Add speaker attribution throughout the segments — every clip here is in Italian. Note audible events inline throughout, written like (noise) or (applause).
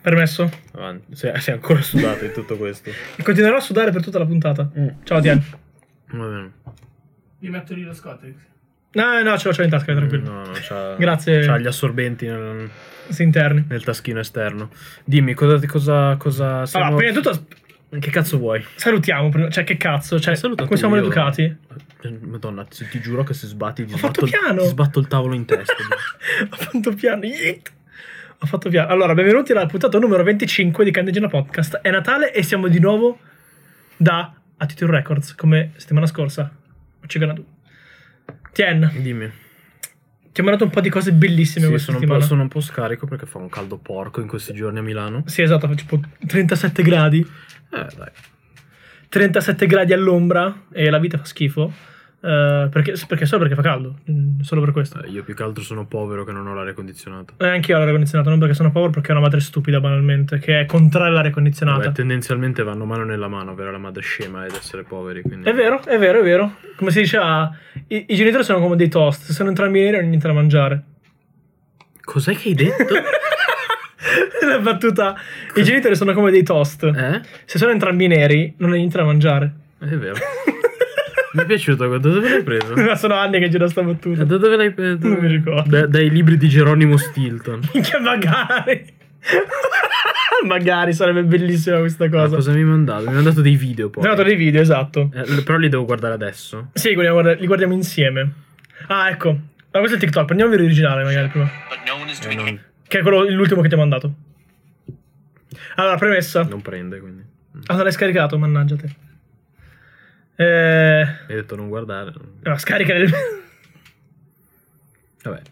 Speaker 1: Permesso?
Speaker 2: Avanti. Sei, sei ancora sudato in tutto questo.
Speaker 1: E continuerò a sudare per tutta la puntata.
Speaker 2: Mm.
Speaker 1: Ciao, Tian.
Speaker 2: Va bene.
Speaker 3: Mi metto lì lo Scotex.
Speaker 1: No, no, ce l'ho, ce l'ho in tasca, tranquillo.
Speaker 2: Mm, No, no, c'ha,
Speaker 1: Mm. Grazie.
Speaker 2: C'ha gli assorbenti nel,
Speaker 1: Si interni.
Speaker 2: nel taschino esterno. Dimmi, cosa... cosa, cosa siamo-
Speaker 1: Allora, prima di tutto
Speaker 2: Che cazzo vuoi?
Speaker 1: salutiamo. prima- Cioè, che cazzo? Cioè,
Speaker 2: Saluta
Speaker 1: come
Speaker 2: tu,
Speaker 1: siamo
Speaker 2: io- Eh,
Speaker 1: educati? (laughs)
Speaker 2: Madonna, se- ti giuro che se sbatti ti
Speaker 1: Ho fatto
Speaker 2: sbatto, il-
Speaker 1: piano.
Speaker 2: ti sbatto il tavolo
Speaker 1: (laughs)
Speaker 2: in testa.
Speaker 1: Ho fatto piano. Yeet. Ho fatto piano. Allora, benvenuti alla puntata numero 25 di Candeggina Podcast. È Natale e siamo di nuovo da Attitude Records, come settimana scorsa. Ho ciganato. Tien,
Speaker 2: Dimmi.
Speaker 1: ti ho mandato un po' di cose bellissime
Speaker 2: Sì,
Speaker 1: questa
Speaker 2: sono un, po',
Speaker 1: settimana.
Speaker 2: sono un po' scarico perché fa un caldo porco in questi giorni a Milano.
Speaker 1: Sì, esatto, fa tipo 37 gradi.
Speaker 2: Eh, dai.
Speaker 1: 37 gradi all'ombra e la vita fa schifo. eh, perché, perché solo perché fa caldo, mm, solo per questo. Eh,
Speaker 2: Eh, Io più che altro sono povero che non ho l'aria condizionata.
Speaker 1: E anche io ho l'aria condizionata, non perché sono paura, perché è una madre stupida banalmente, che è contraria all'aria
Speaker 2: Vabbè,
Speaker 1: condizionata.
Speaker 2: tendenzialmente vanno mano nella mano avere la madre scema ed essere poveri. Quindi...
Speaker 1: È vero, è vero, è vero. Come si diceva, i, i genitori sono come dei toast, se sono entrambi neri non hanno niente da mangiare. (laughs)
Speaker 2: Cos'è che hai detto?
Speaker 1: la battuta, i genitori sono come dei toast,
Speaker 2: eh?
Speaker 1: se sono entrambi neri non hanno niente da mangiare.
Speaker 2: È vero. Mi è piaciuto questo. Dove l'hai
Speaker 1: (laughs)
Speaker 2: preso?
Speaker 1: Ma sono anni che giro sta
Speaker 2: Eh,
Speaker 1: battuta.
Speaker 2: Da dove l'hai preso?
Speaker 1: Non mi ricordo.
Speaker 2: Da- dai libri di Geronimo Stilton.
Speaker 1: Minchia, magari. (laughs) magari sarebbe bellissima questa
Speaker 2: Ma
Speaker 1: cosa.
Speaker 2: cosa mi hai mandato? Mi hai mandato dei video poi.
Speaker 1: Ho dato dei video, esatto.
Speaker 2: Eh, l- però li devo guardare adesso.
Speaker 1: Sì, li guardiamo, li guardiamo insieme. Ah, ecco. Ma questo è il TikTok, prendiamo il video originale magari prima.
Speaker 4: but no one is
Speaker 2: Eh,
Speaker 4: doing
Speaker 2: non,
Speaker 1: Che è quello, l'ultimo che ti ho mandato. Allora, premessa.
Speaker 2: non prende quindi.
Speaker 1: Ah, non l'hai scaricato, mannaggia te. Eh,
Speaker 2: Mi hai detto non guardare.
Speaker 1: allora, scarica il...
Speaker 2: Vabbè.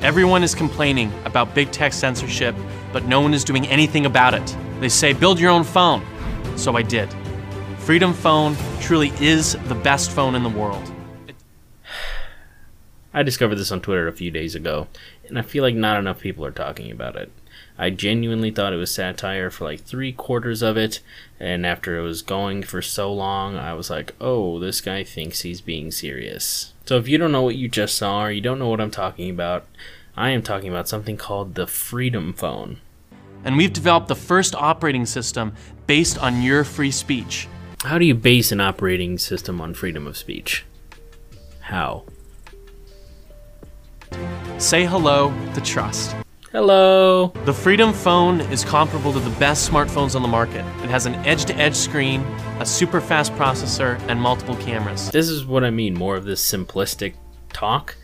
Speaker 4: Everyone is complaining about big tech censorship, but no one is doing anything about it. They say, build your own phone. So I did. Freedom Phone truly is the best phone in the world.
Speaker 5: I discovered this on Twitter a few days ago, and I feel like not enough people are talking about it. I genuinely thought it was satire for like three quarters of it, and after it was going for so long, I was like, oh, this guy thinks he's being serious. So if you don't know what you just saw, or you don't know what I'm talking about, I am talking about something called the Freedom Phone.
Speaker 4: And we've developed the first operating system based on your free speech.
Speaker 5: How do you base an operating system on freedom of speech? How?
Speaker 4: Say hello to trust.
Speaker 5: Hello!
Speaker 4: The Freedom Phone is comparable to the best smartphones on the market. It has an edge to edge screen, a super fast processor, and multiple cameras.
Speaker 5: this is what I mean more of this simplistic talk.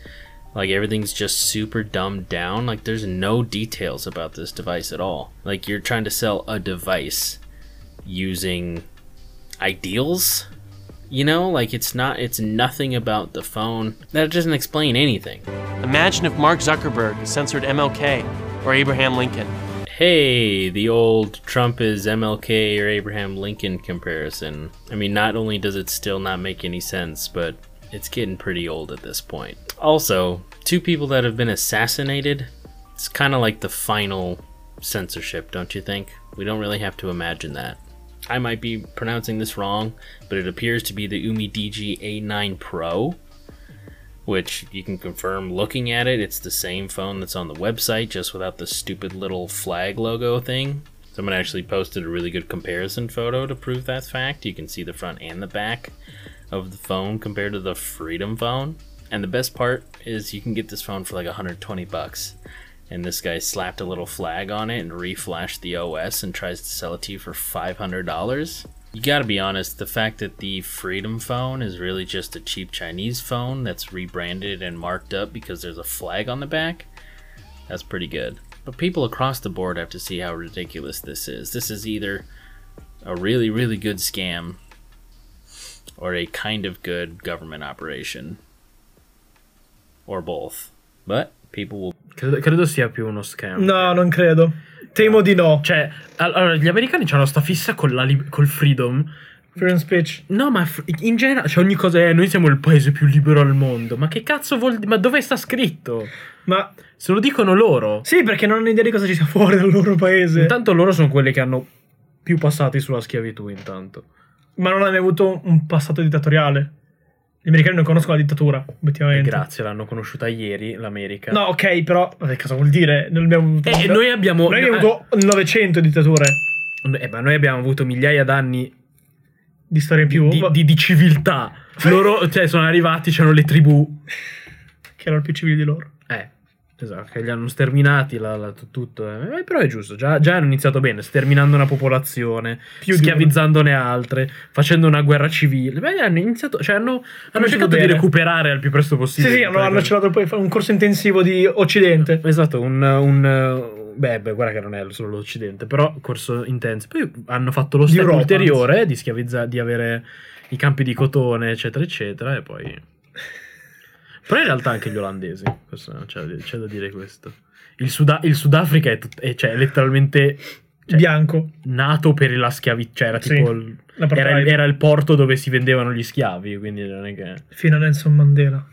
Speaker 5: Like everything's just super dumbed down. Like there's no details about this device at all. Like you're trying to sell a device using ideals. You know, like it's not it's nothing about the phone. That doesn't explain anything.
Speaker 4: Imagine if Mark Zuckerberg censored MLK or Abraham Lincoln.
Speaker 5: hey, the old Trump is MLK or Abraham Lincoln comparison. I mean, not only does it still not make any sense, but it's getting pretty old at this point. Also, two people that have been assassinated, it's kind of like the final censorship, don't you think? We don't really have to imagine that. I might be pronouncing this wrong, but it appears to be the Umi DG A9 Pro which you can confirm looking at it. It's the same phone that's on the website, just without the stupid little flag logo thing. Someone actually posted a really good comparison photo to prove that fact. You can see the front and the back of the phone compared to the Freedom phone. And the best part is you can get this phone for like 120 bucks. And this guy slapped a little flag on it and reflashed the OS and tries to sell it to you for $500. You gotta be honest, the fact that the Freedom phone is really just a cheap Chinese phone that's rebranded and marked up because there's a flag on the back, that's pretty good. But people across the board have to see how ridiculous this is. This is either a really, really good scam or a kind of good government operation. Or both. But people will
Speaker 2: Credo, credo sia più uno
Speaker 1: (laughs)
Speaker 2: scam.
Speaker 1: No, non credo. Temo di no.
Speaker 2: Cioè, all- allora, gli americani hanno sta fissa con la lib- col freedom.
Speaker 1: Freedom speech.
Speaker 2: No, ma fr- in generale, cioè ogni cosa è, noi siamo il paese più libero al mondo. Ma che cazzo vuol dire? Ma dove sta scritto?
Speaker 1: Ma
Speaker 2: Se lo dicono loro.
Speaker 1: sì, perché non hanno idea di cosa ci sia fuori dal loro paese.
Speaker 2: Intanto loro sono quelli che hanno più passati sulla schiavitù, intanto.
Speaker 1: Ma non hanno mai avuto un passato dittatoriale. Gli americani non conoscono la dittatura, obiettivamente.
Speaker 2: Eh, Grazie, l'hanno conosciuta ieri l'America.
Speaker 1: No, ok, però. Vabbè, cosa vuol dire? Non abbiamo avuto.
Speaker 2: Eh, noi abbiamo.
Speaker 1: Noi abbiamo avuto 900 dittature
Speaker 2: Eh, ma noi abbiamo avuto migliaia d'anni
Speaker 1: di storia in più.
Speaker 2: di, di- di civiltà. Loro cioè, sono arrivati, c'erano le tribù.
Speaker 1: Che erano più civili di loro.
Speaker 2: Eh, esatto, che li hanno sterminati la- la- tu- tutto. eh. Eh, però è giusto, già, già hanno iniziato bene, sterminando una popolazione,
Speaker 1: Più di
Speaker 2: schiavizzandone altre, facendo una guerra civile. Beh, hanno iniziato, cioè hanno, hanno
Speaker 1: Cominciato
Speaker 2: cercato di
Speaker 1: bene.
Speaker 2: recuperare al più presto
Speaker 1: Sì,
Speaker 2: possibile.
Speaker 1: sì, hanno, hanno accelerato poi fa- un corso intensivo di Occidente.
Speaker 2: Esatto, un, un- Beh, beh, guarda che non è solo l'Occidente, però corso intenso. Poi hanno fatto lo
Speaker 1: Di
Speaker 2: step
Speaker 1: Europa,
Speaker 2: ulteriore di schiavizzare, di avere i campi di cotone, eccetera, eccetera, e poi... Però in realtà anche gli olandesi, questo non c'è, da- c'è da dire questo. Il, Suda- il Sudafrica è, tut- è- cioè, è letteralmente Cioè-
Speaker 1: Bianco.
Speaker 2: nato per la schiavitù, cioè era
Speaker 1: Sì,
Speaker 2: tipo... il-
Speaker 1: La
Speaker 2: era, il-
Speaker 1: era,
Speaker 2: era il porto dove si vendevano gli schiavi, quindi non è che...
Speaker 1: Fino a Nelson Mandela.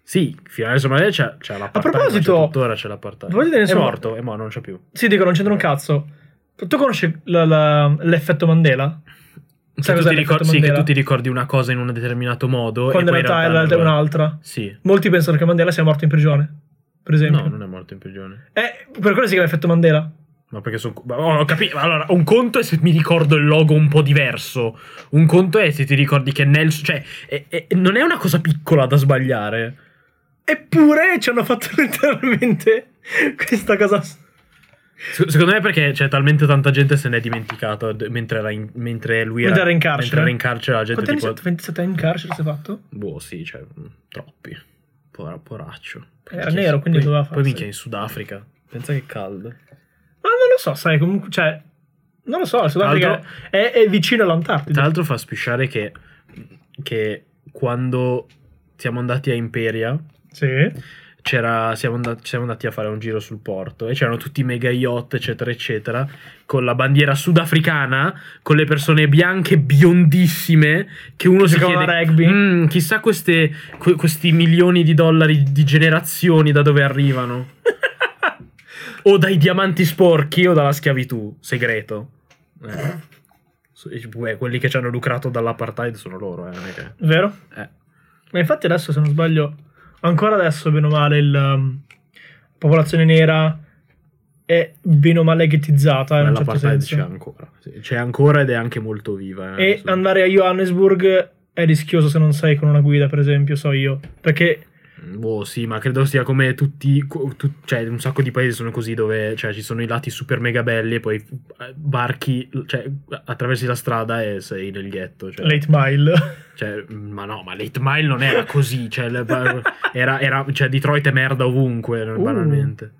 Speaker 2: Sì, fino adesso magari c'è, c'è l'apartheid, ma
Speaker 1: proposito-
Speaker 2: c'è tuttora c'è l'apartheid.
Speaker 1: a proposito di
Speaker 2: È
Speaker 1: Nelson-
Speaker 2: morto, è morto, non c'è più.
Speaker 1: Sì, dico, non c'entra un cazzo. Tu conosci la- la- l'effetto Mandela?
Speaker 2: Sai
Speaker 1: Sai
Speaker 2: che, tu
Speaker 1: cos'è
Speaker 2: ti ricordi,
Speaker 1: l'effetto
Speaker 2: sì, che
Speaker 1: Mandela?
Speaker 2: tu ti ricordi una cosa in un determinato modo
Speaker 1: Quando
Speaker 2: e
Speaker 1: in
Speaker 2: poi
Speaker 1: realtà è
Speaker 2: non
Speaker 1: l'altra-
Speaker 2: lo
Speaker 1: è
Speaker 2: è.
Speaker 1: un'altra.
Speaker 2: Sì.
Speaker 1: Molti pensano che Mandela sia morto in prigione, per esempio.
Speaker 2: No, non è morto in prigione.
Speaker 1: Eh, per quello si chiama effetto Mandela.
Speaker 2: Ma perché sono oh, ho capito. Allora, un conto è se mi ricordo il logo un po' diverso. Un conto è se ti ricordi che Nelson, cioè, è- è- non è una cosa piccola da sbagliare.
Speaker 1: Eppure ci hanno fatto (laughs) letteralmente questa cosa.
Speaker 2: Se- secondo me perché c'è talmente tanta gente se n'è dimenticata d- mentre era in- mentre lui era,
Speaker 1: Mentre era in carcere.
Speaker 2: mentre era in carcere la gente
Speaker 1: Quanti anni
Speaker 2: tipo
Speaker 1: sei- 27 anni in carcere si è fatto?
Speaker 2: Boh, sì, cioè, mh, troppi. Pora- poraccio.
Speaker 1: Era nero, quindi
Speaker 2: poi,
Speaker 1: doveva
Speaker 2: Poi
Speaker 1: farsene.
Speaker 2: minchia, in Sudafrica. Pensa che caldo.
Speaker 1: Ma non lo so, sai, comunque, cioè... Non lo so, il Sudafrica
Speaker 2: l'altro-
Speaker 1: è, è vicino
Speaker 2: Tra
Speaker 1: all'Antartide.
Speaker 2: l'altro fa spisciare che, che quando siamo andati a Imperia,
Speaker 1: Sì.
Speaker 2: c'era, siamo, andati, siamo andati a fare un giro sul porto e c'erano tutti i mega yacht, eccetera, eccetera, con la bandiera sudafricana, con le persone bianche biondissime, che uno si
Speaker 1: giocavano
Speaker 2: chiede,
Speaker 1: a rugby.
Speaker 2: "Mm, chissà queste- que- questi milioni di dollari di generazioni da dove arrivano.
Speaker 1: (laughs)
Speaker 2: o dai diamanti sporchi o dalla schiavitù, segreto. Eh. So- e, beh, quelli che ci hanno lucrato dall'apartheid sono loro, eh, non è che-
Speaker 1: Vero?
Speaker 2: Eh.
Speaker 1: Ma infatti adesso, se non sbaglio, ancora adesso, bene o male, il, um, la popolazione nera è bene o male ghettizzata, in un certo
Speaker 2: L'apartheid
Speaker 1: senso.
Speaker 2: c'è ancora. Sì, C'è ancora ed è anche molto viva. eh,
Speaker 1: E
Speaker 2: insomma.
Speaker 1: andare a Johannesburg è rischioso se non sei con una guida, per esempio, so io. Perché
Speaker 2: Boh, sì, ma credo sia come tutti. co- tu- cioè, un sacco di paesi sono così dove cioè, ci sono i lati super mega belli e poi eh, barchi, cioè, attraversi la strada e sei nel ghetto. Cioè,
Speaker 1: late mile.
Speaker 2: cioè, ma no, ma Late Mile non era così. Cioè, le- era, era- cioè, Detroit è merda ovunque,
Speaker 1: Uh.
Speaker 2: banalmente.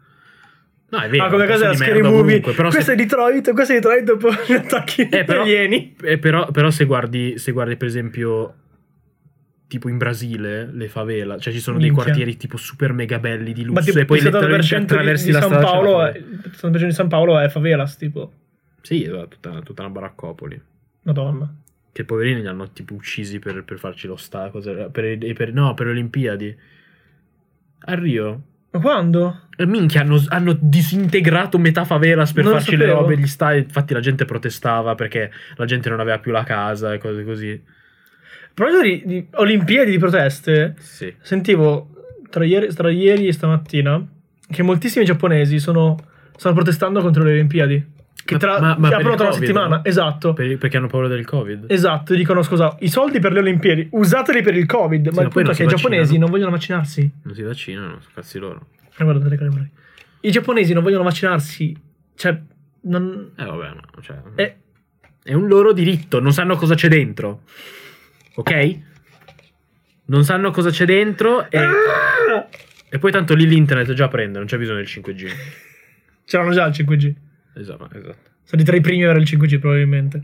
Speaker 2: No, è vero.
Speaker 1: ah, come
Speaker 2: posso
Speaker 1: cosa era
Speaker 2: di
Speaker 1: Scary
Speaker 2: merda
Speaker 1: Movie?
Speaker 2: ovunque, però se-
Speaker 1: questo è Detroit, questo è Detroit dopo gli attacchi
Speaker 2: Eh, però-
Speaker 1: italiani.
Speaker 2: Eh, però, però se, guardi, se guardi, per esempio, tipo in Brasile, le favela, cioè ci sono dei
Speaker 1: Minchia.
Speaker 2: quartieri tipo super mega belli di
Speaker 1: Ma
Speaker 2: lusso
Speaker 1: tipo,
Speaker 2: e poi
Speaker 1: il 70%
Speaker 2: letteralmente
Speaker 1: di- di,
Speaker 2: attraversi la
Speaker 1: San
Speaker 2: strada. c'è la
Speaker 1: Paolo, è,
Speaker 2: favela.
Speaker 1: il 70% di San Paolo è favelas, tipo.
Speaker 2: Sì, è tutta, tutta una baraccopoli.
Speaker 1: Madonna.
Speaker 2: Che i poverini li hanno tipo uccisi per, per farci lo sta, cosa- per- e per- no, per le Olimpiadi. A Rio.
Speaker 1: Ma quando?
Speaker 2: Eh, Minchia, hanno, hanno disintegrato metà favelas per
Speaker 1: Non lo
Speaker 2: farci le
Speaker 1: sapevo.
Speaker 2: robe, gli stadi. Infatti la gente protestava perché la gente non aveva più la casa e cose così.
Speaker 1: Proprio di, di Olimpiadi di proteste,
Speaker 2: Sì.
Speaker 1: sentivo tra ieri, tra ieri e stamattina che moltissimi giapponesi sono, stanno protestando contro le Olimpiadi. Che
Speaker 2: Ma-
Speaker 1: tra,
Speaker 2: ma- ma
Speaker 1: che
Speaker 2: per il
Speaker 1: aprono tra una
Speaker 2: Covid,
Speaker 1: settimana.
Speaker 2: no?
Speaker 1: Esatto.
Speaker 2: Per- perché hanno paura del covid
Speaker 1: Esatto, dicono scusa, i soldi per le Olimpiadi usateli per il Covid, ma
Speaker 2: ma
Speaker 1: il punto
Speaker 2: poi non
Speaker 1: è
Speaker 2: si
Speaker 1: che i giapponesi
Speaker 2: vaccinano.
Speaker 1: non vogliono vaccinarsi.
Speaker 2: non si vaccinano sono cazzi loro
Speaker 1: Eh, guardate le camere. I giapponesi non vogliono vaccinarsi. Cioè, non...
Speaker 2: eh vabbè no, cioè,
Speaker 1: eh,
Speaker 2: è un loro diritto non sanno cosa c'è dentro ok non sanno cosa c'è dentro
Speaker 1: eh,
Speaker 2: e, e poi tanto lì l'internet già prende non c'è bisogno del 5G
Speaker 1: c'erano già il 5G.
Speaker 2: esatto, esatto.
Speaker 1: Sono tra i primi a avere il 5G probabilmente.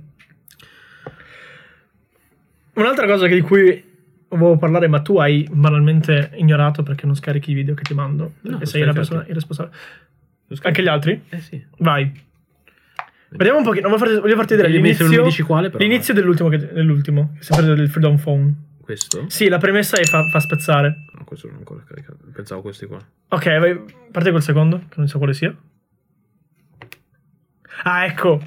Speaker 1: Un'altra cosa che- di cui volevo parlare, ma tu hai banalmente ignorato perché non scarichi i video che ti mando.
Speaker 2: No,
Speaker 1: perché
Speaker 2: l'ho
Speaker 1: sei la
Speaker 2: scaricato.
Speaker 1: persona irresponsabile. Anche gli altri?
Speaker 2: eh sì
Speaker 1: Vai. Vediamo un pochino. Voglio farti, voglio farti vedere
Speaker 2: Dimmi se non mi
Speaker 1: l'inizio,
Speaker 2: dici quale, però. eh.
Speaker 1: l'inizio dell'ultimo, che, dell'ultimo, che è sempre del Freedom Phone.
Speaker 2: questo
Speaker 1: Sì, la premessa è fa, fa spezzare.
Speaker 2: no questo non ho ancora caricato pensavo questi qua
Speaker 1: Ok, vai, parte col secondo, che non so quale sia. Ah, ecco.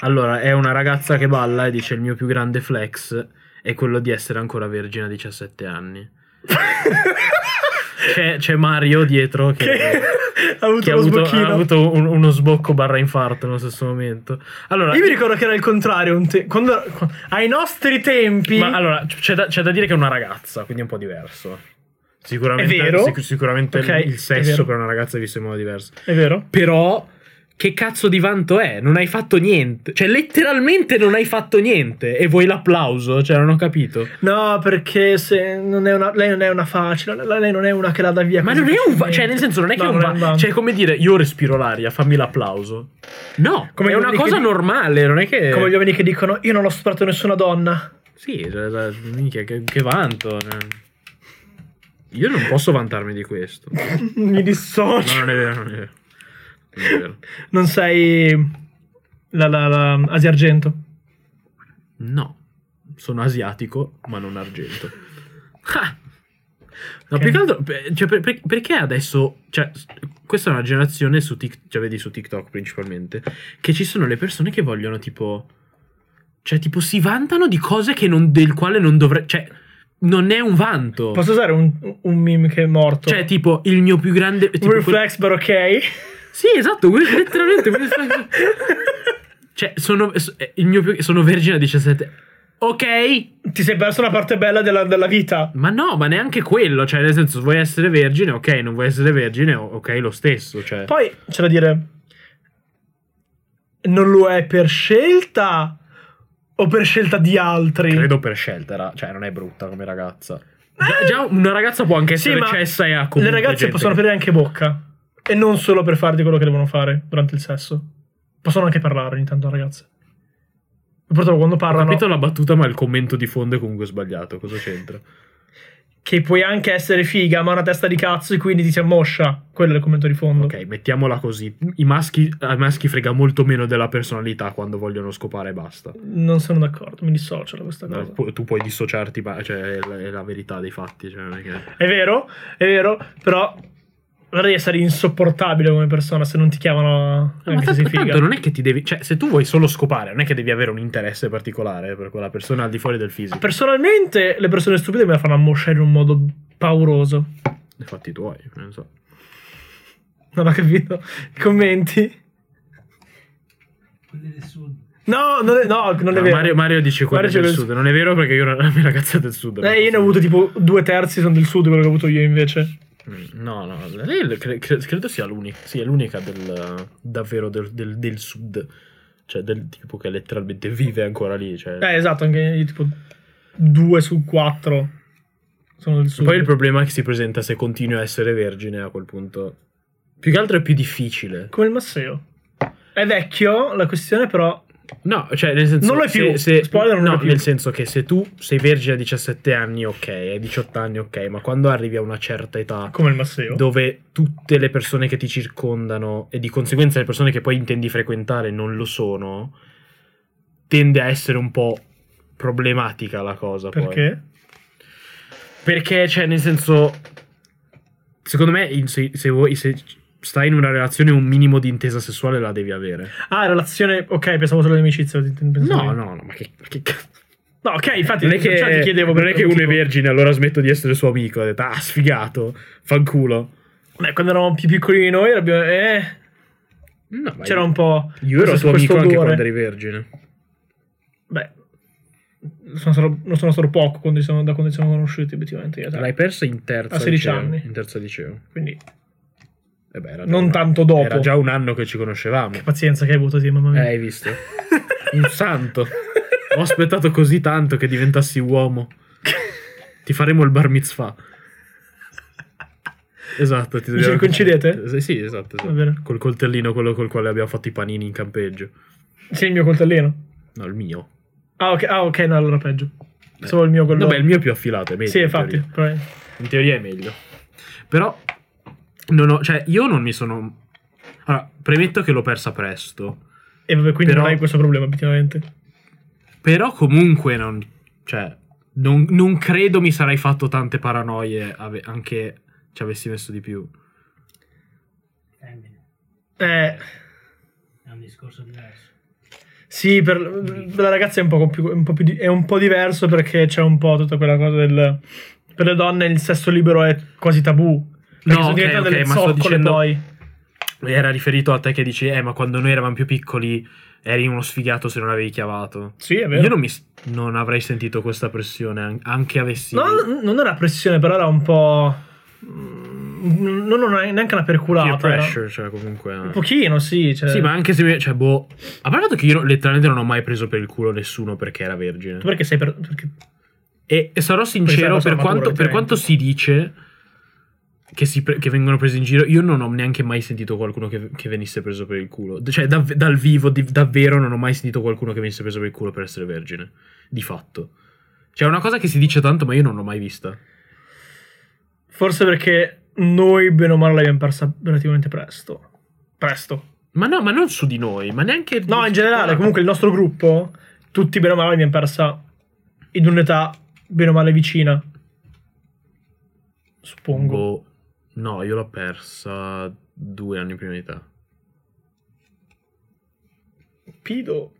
Speaker 2: Allora, è una ragazza che balla e dice il mio più grande flex è quello di essere ancora vergine a 17 (laughs) anni. c'è, c'è Mario dietro che,
Speaker 1: Che ha avuto
Speaker 2: che ha
Speaker 1: lo
Speaker 2: avuto,
Speaker 1: sbocchino.
Speaker 2: ha avuto un- uno sbocco barra infarto nello stesso momento. Allora,
Speaker 1: Io mi ricordo che era il contrario. un te- quando- qu- ai nostri tempi.
Speaker 2: ma allora, c- c'è da, c'è da dire che è una ragazza, quindi è un po' diverso. Sicuramente,
Speaker 1: È vero.
Speaker 2: sic- sicuramente il-
Speaker 1: Ok, è
Speaker 2: il sesso
Speaker 1: vero.
Speaker 2: per una ragazza è visto in modo diverso.
Speaker 1: è vero?
Speaker 2: Però che cazzo di vanto è? Non hai fatto niente. Cioè, letteralmente non hai fatto niente. E vuoi l'applauso? Cioè, non ho capito.
Speaker 1: No, perché se non è una, lei non è una facile. Lei non è una che la dà via.
Speaker 2: Ma
Speaker 1: così
Speaker 2: non è un va-
Speaker 1: facilmente.
Speaker 2: Cioè, nel senso, non è che
Speaker 1: No,
Speaker 2: è un va-
Speaker 1: vanto.
Speaker 2: Cioè, è come dire, io respiro l'aria, fammi l'applauso. No,
Speaker 1: Come
Speaker 2: è
Speaker 1: gli
Speaker 2: una
Speaker 1: uomini
Speaker 2: cosa
Speaker 1: che-
Speaker 2: normale, non è che...
Speaker 1: Come gli uomini che dicono: Io non ho superato nessuna donna.
Speaker 2: Sì, cioè, la- minchia, che, che vanto. eh. Io non posso vantarmi di questo. No,
Speaker 1: Mi dissocio.
Speaker 2: non è vero, non è vero. Non è vero.
Speaker 1: Non sei. La, la, la Asia Argento.
Speaker 2: No, sono asiatico, ma non argento. Ah! No,
Speaker 1: Ok.
Speaker 2: più che altro, per- cioè, per- per- perché adesso, cioè, s- questa è una generazione su TikTok, cioè vedi su TikTok principalmente, che ci sono le persone che vogliono tipo, cioè tipo si vantano di cose che non, del quale non dovrei, cioè non è un vanto.
Speaker 1: Posso usare un, un meme che è morto?
Speaker 2: Cioè tipo il mio più grande... tipo,
Speaker 1: un
Speaker 2: quel-
Speaker 1: reflex, però ok.
Speaker 2: Sì, esatto, quel- letteralmente. quel (laughs) reflex- cioè sono, s- eh, il mio più- sono vergine a 17. Ok,
Speaker 1: (laughs) Ti sei perso una parte bella della, della vita.
Speaker 2: Ma no, ma neanche quello. Cioè, nel senso, vuoi essere vergine, ok, non vuoi essere vergine, o- ok, lo stesso. Cioè.
Speaker 1: Poi c'è da dire. Non lo è per scelta o per scelta di altri?
Speaker 2: Credo per scelta, era- cioè, non è brutta come ragazza. Già, già una ragazza può anche
Speaker 1: Eh. Sì,
Speaker 2: essere
Speaker 1: ma
Speaker 2: cessa e ha
Speaker 1: Le
Speaker 2: comunque
Speaker 1: ragazze
Speaker 2: gente
Speaker 1: possono
Speaker 2: che-
Speaker 1: aprire anche bocca. E non solo per fare di quello che devono fare durante il sesso. Possono anche parlare ogni tanto, ragazze. Purtroppo quando
Speaker 2: Ho
Speaker 1: parlano.
Speaker 2: capito la battuta, ma il commento di fondo è comunque sbagliato. Cosa c'entra?
Speaker 1: Che puoi anche essere figa, ma ha una testa di cazzo e quindi ti si ammoscia. Quello è il commento di fondo.
Speaker 2: Ok, mettiamola così. I maschi, ai maschi frega molto meno della personalità quando vogliono scopare e basta.
Speaker 1: Non sono d'accordo, mi dissocio da questa cosa.
Speaker 2: Pu- Tu puoi dissociarti, ma cioè, è la, è la verità dei fatti. Cioè, non è che...
Speaker 1: È vero, è vero, però guarda di essere insopportabile come persona se non ti chiamano
Speaker 2: Eh, Ma
Speaker 1: anche se
Speaker 2: tanto,
Speaker 1: sei figa.
Speaker 2: tanto non è che ti devi. Cioè, se tu vuoi solo scopare, non è che devi avere un interesse particolare per quella persona al di fuori del fisico.
Speaker 1: Personalmente le persone stupide me la fanno ammosciare in un modo pauroso.
Speaker 2: Nei fatti tuoi, non so.
Speaker 1: Non ho capito. I commenti?
Speaker 3: Quelli del sud.
Speaker 1: No, non è, no, non è
Speaker 2: No,
Speaker 1: vero.
Speaker 2: Mario, Mario dice quello
Speaker 1: Mario
Speaker 2: del
Speaker 1: dice
Speaker 2: sud. Non è vero perché io non la mia ragazza è del sud.
Speaker 1: Eh, io ne ho avuto tipo due terzi sono del sud, quello che ho avuto io invece.
Speaker 2: Mm, No, no, lei le- cre- cre- credo sia l'unica. Sì, è l'unica del, davvero del, del- del sud. Cioè, del tipo che letteralmente vive ancora lì. Cioè.
Speaker 1: Eh, esatto, anche io tipo due su quattro sono del sud.
Speaker 2: Poi il problema che si presenta se continui a essere vergine a quel punto. Più che altro è più difficile.
Speaker 1: Come il Masseo. È vecchio la questione, però
Speaker 2: No, cioè nel senso
Speaker 1: Non lo è
Speaker 2: se-
Speaker 1: più.
Speaker 2: se-
Speaker 1: Spoiler, non
Speaker 2: no,
Speaker 1: lo è più.
Speaker 2: nel senso che se tu sei vergine a 17 anni, ok, ai 18 anni, ok, ma quando arrivi a una certa età
Speaker 1: come il Masseo.
Speaker 2: dove tutte le persone che ti circondano e di conseguenza le persone che poi intendi frequentare non lo sono, tende a essere un po' problematica la cosa poi.
Speaker 1: Perché?
Speaker 2: Perché cioè nel senso secondo me in- se, se vuoi- se stai in una relazione un minimo di intesa sessuale la devi avere.
Speaker 1: Ah, relazione. Ok, pensavo solo all'amicizia. pensavo
Speaker 2: No,
Speaker 1: io.
Speaker 2: no, no, ma che, ma che cazzo
Speaker 1: No, ok, infatti,
Speaker 2: Non è che,
Speaker 1: perciò ti chiedevo
Speaker 2: non è
Speaker 1: perché
Speaker 2: che uno è
Speaker 1: tipo-
Speaker 2: vergine, allora smetto di essere suo amico. Ho detto, ah, sfigato, fanculo.
Speaker 1: Beh, quando eravamo più piccoli noi, abbiamo- eh,
Speaker 2: No, ma
Speaker 1: c'era un po'.
Speaker 2: Io ero
Speaker 1: questo-
Speaker 2: suo
Speaker 1: questo
Speaker 2: amico anche
Speaker 1: odore.
Speaker 2: quando eri vergine.
Speaker 1: Beh, sono solo, non sono solo poco quando ci siamo, da quando ci siamo conosciuti, obiettivamente. io e te.
Speaker 2: L'hai persa in terza
Speaker 1: Esatto. A 16
Speaker 2: liceo,
Speaker 1: anni.
Speaker 2: In terza liceo.
Speaker 1: Quindi,
Speaker 2: Eh beh, era già
Speaker 1: non
Speaker 2: un-
Speaker 1: tanto dopo.
Speaker 2: Era già un anno che ci conoscevamo.
Speaker 1: Pazienza che hai avuto, sì, mamma
Speaker 2: Eh,
Speaker 1: mia.
Speaker 2: hai visto? un
Speaker 1: (laughs)
Speaker 2: santo. Ho aspettato così tanto che diventassi uomo. Ti faremo il bar mitzvah. Esatto, ti
Speaker 1: Vi
Speaker 2: dobbiamo-
Speaker 1: circoncidete?
Speaker 2: Sì, sì, esatto. esatto.
Speaker 1: Va bene.
Speaker 2: Col coltellino, quello col quale abbiamo fatto i panini in campeggio.
Speaker 1: Sì, il mio coltellino.
Speaker 2: No, il mio.
Speaker 1: Ah, ok, ah, ok, no, allora peggio. Solo il mio quello.
Speaker 2: Vabbè, il mio è più affilato, è meglio.
Speaker 1: Sì,
Speaker 2: in
Speaker 1: infatti.
Speaker 2: teoria.
Speaker 1: probabilmente.
Speaker 2: In teoria è meglio. Però, non ho- cioè, io non mi sono... Allora, premetto che l'ho persa presto.
Speaker 1: E vabbè, quindi
Speaker 2: Però-
Speaker 1: non hai questo problema, obiettivamente.
Speaker 2: Però comunque non... Cioè, non, non credo mi sarei fatto tante paranoie ave- anche ci avessi messo di più.
Speaker 3: Femmine.
Speaker 1: Eh,
Speaker 3: È un discorso diverso.
Speaker 1: Sì, per per la ragazza è un po', più, un po' più di- è un po' diverso perché c'è un po' tutta quella cosa del... Per le donne il sesso libero è quasi tabù. Perché
Speaker 2: No,
Speaker 1: sono
Speaker 2: ok,
Speaker 1: diventate
Speaker 2: ok,
Speaker 1: delle
Speaker 2: ma sto
Speaker 1: zoccole
Speaker 2: dicendo-
Speaker 1: poi.
Speaker 2: Era riferito a te che dici, eh, ma quando noi eravamo più piccoli eri uno sfigato se non avevi chiavato.
Speaker 1: Sì, è vero.
Speaker 2: Io non, mi, s- non avrei sentito questa pressione, an- anche avessi...
Speaker 1: No, n- non era pressione, però era un po'... mm, Non, non è neanche una perculata.
Speaker 2: peer
Speaker 1: era-
Speaker 2: pressure, cioè comunque...
Speaker 1: Un pochino, sì. Cioè...
Speaker 2: Sì, ma anche se... Cioè, boh... A parte il fatto che io letteralmente non ho mai preso per il culo nessuno perché era vergine.
Speaker 1: Tu perché sei per... Perché...
Speaker 2: E, e sarò sincero,
Speaker 1: Questa è
Speaker 2: per
Speaker 1: una cosa
Speaker 2: quanto,
Speaker 1: matura,
Speaker 2: per quanto si dice che, si pre- che vengono presi in giro, io non ho neanche mai sentito qualcuno che, che venisse preso per il culo. D- Cioè, dav- dal vivo, di- davvero, non ho mai sentito qualcuno che venisse preso per il culo per essere vergine. Di fatto. Cioè, è una cosa che si dice tanto, ma io non l'ho mai vista.
Speaker 1: Forse perché noi, bene o male, l'abbiamo persa relativamente presto. Presto.
Speaker 2: Ma no, ma non su di noi, ma neanche... Ah,
Speaker 1: No, in generale, comunque il nostro gruppo, tutti bene o male, l'abbiamo persa in un'età bene o male vicina. Suppongo.
Speaker 2: Boh. No, io l'ho persa due anni prima di te.
Speaker 1: Pido.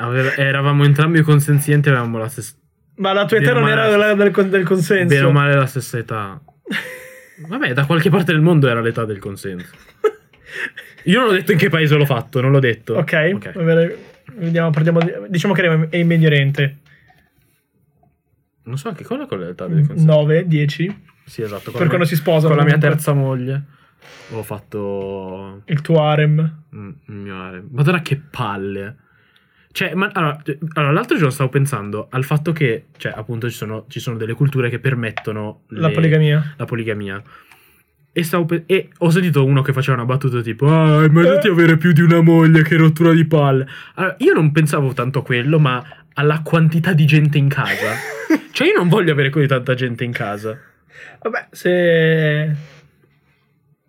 Speaker 2: Aveva- eravamo entrambi consenzienti e avevamo la stessa...
Speaker 1: Ma la tua
Speaker 2: Bene
Speaker 1: età
Speaker 2: o
Speaker 1: non
Speaker 2: male-
Speaker 1: era quella del, con- del consenso.
Speaker 2: Bene o male la stessa età. Vabbè, da qualche parte del mondo era l'età del consenso. Io non ho detto in che paese l'ho fatto, non l'ho
Speaker 1: (laughs)
Speaker 2: detto.
Speaker 1: ok, va bene. Vediamo, parliamo di- diciamo che era in Medio Oriente.
Speaker 2: Non so anche quella con l'età del consenso.
Speaker 1: 9, 10.
Speaker 2: Sì, esatto.
Speaker 1: Per quando si
Speaker 2: sposa
Speaker 1: sposano.
Speaker 2: Con la mia
Speaker 1: comunque.
Speaker 2: terza moglie. Ho fatto...
Speaker 1: Il tuo harem.
Speaker 2: Mm, il mio mare. Madonna che palle. Cioè, ma, allora, eh, allora, l'altro giorno stavo pensando al fatto che, cioè, appunto, ci sono, ci sono delle culture che permettono
Speaker 1: La
Speaker 2: le-
Speaker 1: poligamia.
Speaker 2: la poligamia. E, stavo pe- e ho sentito uno che faceva una battuta tipo: Ah, immaginati avere più di una moglie, che rottura di palle. Allora, io non pensavo tanto a quello, ma alla quantità di gente in (laughs) casa. cioè, io non voglio avere così tanta gente in casa.
Speaker 1: Vabbè, se.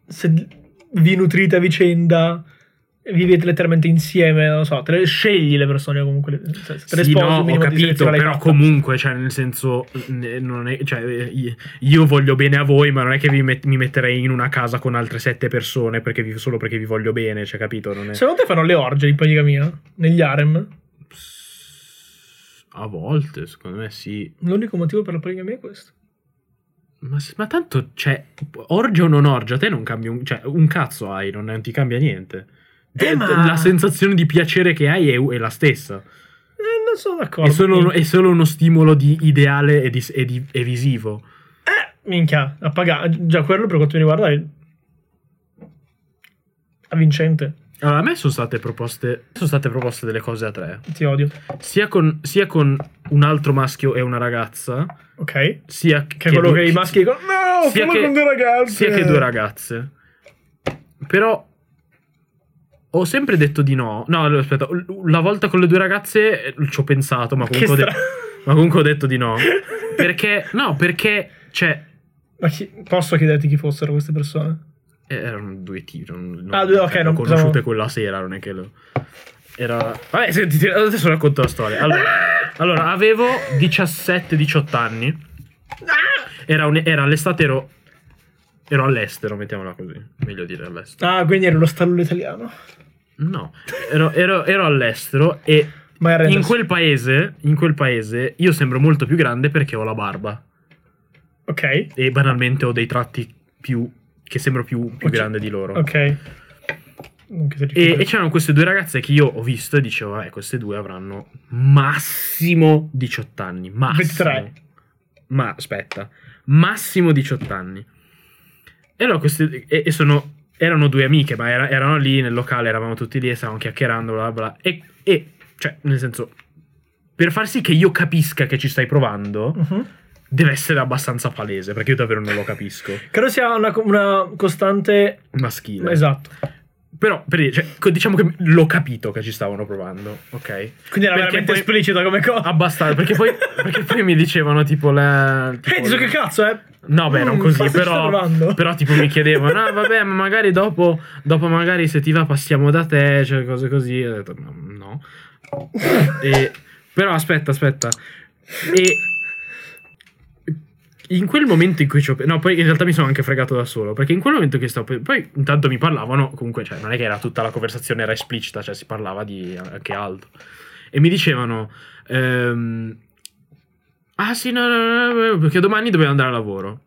Speaker 1: Se vi nutrite a vicenda. e Vivete letteralmente insieme, non lo so, te le scegli le persone comunque. le- Cioè, se te le
Speaker 2: Sì,
Speaker 1: sposi, un
Speaker 2: no, ho
Speaker 1: minimo di
Speaker 2: capito,
Speaker 1: selezione l'hai
Speaker 2: però
Speaker 1: fatta.
Speaker 2: comunque, cioè, nel senso, ne- non è- cioè, eh, io voglio bene a voi, ma non è che vi met- mi metterei in una casa con altre sette persone perché vi- solo perché vi voglio bene, cioè, capito? Non è...
Speaker 1: Secondo te fanno le orge in poligamia? Negli harem?
Speaker 2: A volte, secondo me, sì.
Speaker 1: L'unico motivo per la poligamia è questo.
Speaker 2: Ma, s- ma tanto, cioè, orge o non orge, a te non cambia un, cioè, un cazzo hai, non, non ti cambia niente.
Speaker 1: Eh,
Speaker 2: Te-
Speaker 1: ma-
Speaker 2: La sensazione di piacere che hai è, è la stessa.
Speaker 1: Eh, non sono
Speaker 2: È
Speaker 1: d'accordo.
Speaker 2: solo,
Speaker 1: Minchia.
Speaker 2: è solo uno stimolo di ideale e, di- e di- e visivo.
Speaker 1: Minchia, a pagare. Già quello per quanto mi riguarda è. Avvincente.
Speaker 2: Allora, a me sono state proposte, sono state proposte delle cose a tre.
Speaker 1: Ti odio.
Speaker 2: Sia con, sia con un altro maschio e una ragazza,
Speaker 1: Ok. Che,
Speaker 2: sia che,
Speaker 1: è quello
Speaker 2: due-
Speaker 1: che i maschi dicono. No,
Speaker 2: sia
Speaker 1: solo
Speaker 2: che-
Speaker 1: Oh, con due ragazze.
Speaker 2: sia che due ragazze. Però ho sempre detto di no. No, allora, aspetta, l- la volta con le due ragazze eh, ci ho pensato, ma
Speaker 1: Che
Speaker 2: comunque, ho
Speaker 1: (laughs)
Speaker 2: de-
Speaker 1: strano.
Speaker 2: ma comunque ho detto
Speaker 1: (laughs)
Speaker 2: di no. Perché, no, perché, cioè,
Speaker 1: Ma chi- posso chiederti chi fossero queste persone?
Speaker 2: Eh, erano due tiri. Non,
Speaker 1: Ah, due, ok,
Speaker 2: erano
Speaker 1: non-
Speaker 2: conosciute
Speaker 1: pensavo-
Speaker 2: quella sera, non è che lo... Era... Vabbè, sentite, adesso racconto la storia. Allora,
Speaker 1: (laughs)
Speaker 2: allora, avevo 17-18 anni. Era, un- era l'estate, ero... Ero all'estero, mettiamola così. Meglio dire all'estero.
Speaker 1: Ah, quindi era lo stallo italiano.
Speaker 2: No, ero, ero- ero all'estero e
Speaker 1: Ma era
Speaker 2: in quel, paese, in quel paese io sembro molto più grande perché ho la barba.
Speaker 1: Ok.
Speaker 2: E banalmente ho dei tratti più... che sembro più, più
Speaker 1: Ok.
Speaker 2: grande di loro.
Speaker 1: Ok. Non che sia
Speaker 2: E,
Speaker 1: difficile.
Speaker 2: e c'erano queste due ragazze che io ho visto e dicevo, vabbè, queste due avranno massimo 18 anni. Massimo.
Speaker 1: 23.
Speaker 2: Ma aspetta, massimo 18 anni. E allora queste. E, e sono, erano due amiche, ma era- erano lì nel locale, eravamo tutti lì e stavamo chiacchierando, bla bla. bla. E, e, cioè, nel senso, per far sì che io capisca che ci stai provando,
Speaker 1: Mhm.
Speaker 2: deve essere abbastanza palese, perché io davvero non lo capisco.
Speaker 1: Credo sia una, una costante.
Speaker 2: Maschile.
Speaker 1: Esatto.
Speaker 2: Però, per dire, cioè, co- diciamo che l'ho capito che ci stavano provando, ok?
Speaker 1: Quindi era
Speaker 2: Perché
Speaker 1: veramente
Speaker 2: poi-
Speaker 1: esplicita come cosa.
Speaker 2: Abbastanza,
Speaker 1: (laughs)
Speaker 2: perché poi, perché poi mi dicevano tipo la... tipo
Speaker 1: Ehi, dice
Speaker 2: la-
Speaker 1: che cazzo, eh?
Speaker 2: No, beh, non
Speaker 1: Mm,
Speaker 2: così,
Speaker 1: cosa ci sta
Speaker 2: però,
Speaker 1: provando?
Speaker 2: però tipo mi chiedevano, ah vabbè, ma magari dopo, dopo magari se ti va passiamo da te, cioè cose così. Ho detto, no. no. E- però aspetta, aspetta. E In quel momento in cui ci ho. pe- No, poi in realtà mi sono anche fregato da solo. Perché in quel momento che sto. pe- Poi intanto mi parlavano. Comunque, cioè, non è che era tutta la conversazione era esplicita, cioè si parlava di anche altro. E mi dicevano. ehm, ah, sì, no, no, no, no, perché domani dovevo andare a lavoro.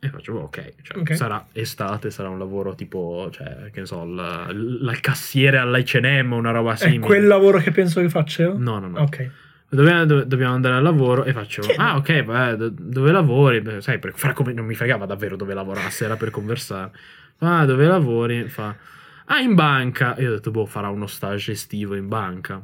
Speaker 2: E facevo, ok, cioè,
Speaker 1: Ok.
Speaker 2: sarà estate, sarà un lavoro tipo, cioè, che ne so, la, la- il cassiere all'H&M, una roba
Speaker 1: È
Speaker 2: simile.
Speaker 1: quel lavoro che penso che faccio io?
Speaker 2: No, no, no.
Speaker 1: Ok.
Speaker 2: Dobbiamo, do- dobbiamo andare al lavoro e faccio.
Speaker 1: Sì.
Speaker 2: Ah, ok, beh, do- dove lavori? Beh, sai, per far come non mi fregava davvero dove lavorasse, era per conversare. Ah, dove lavori? Fa. Ah, in banca. E io ho detto, boh, farà uno stage estivo in banca.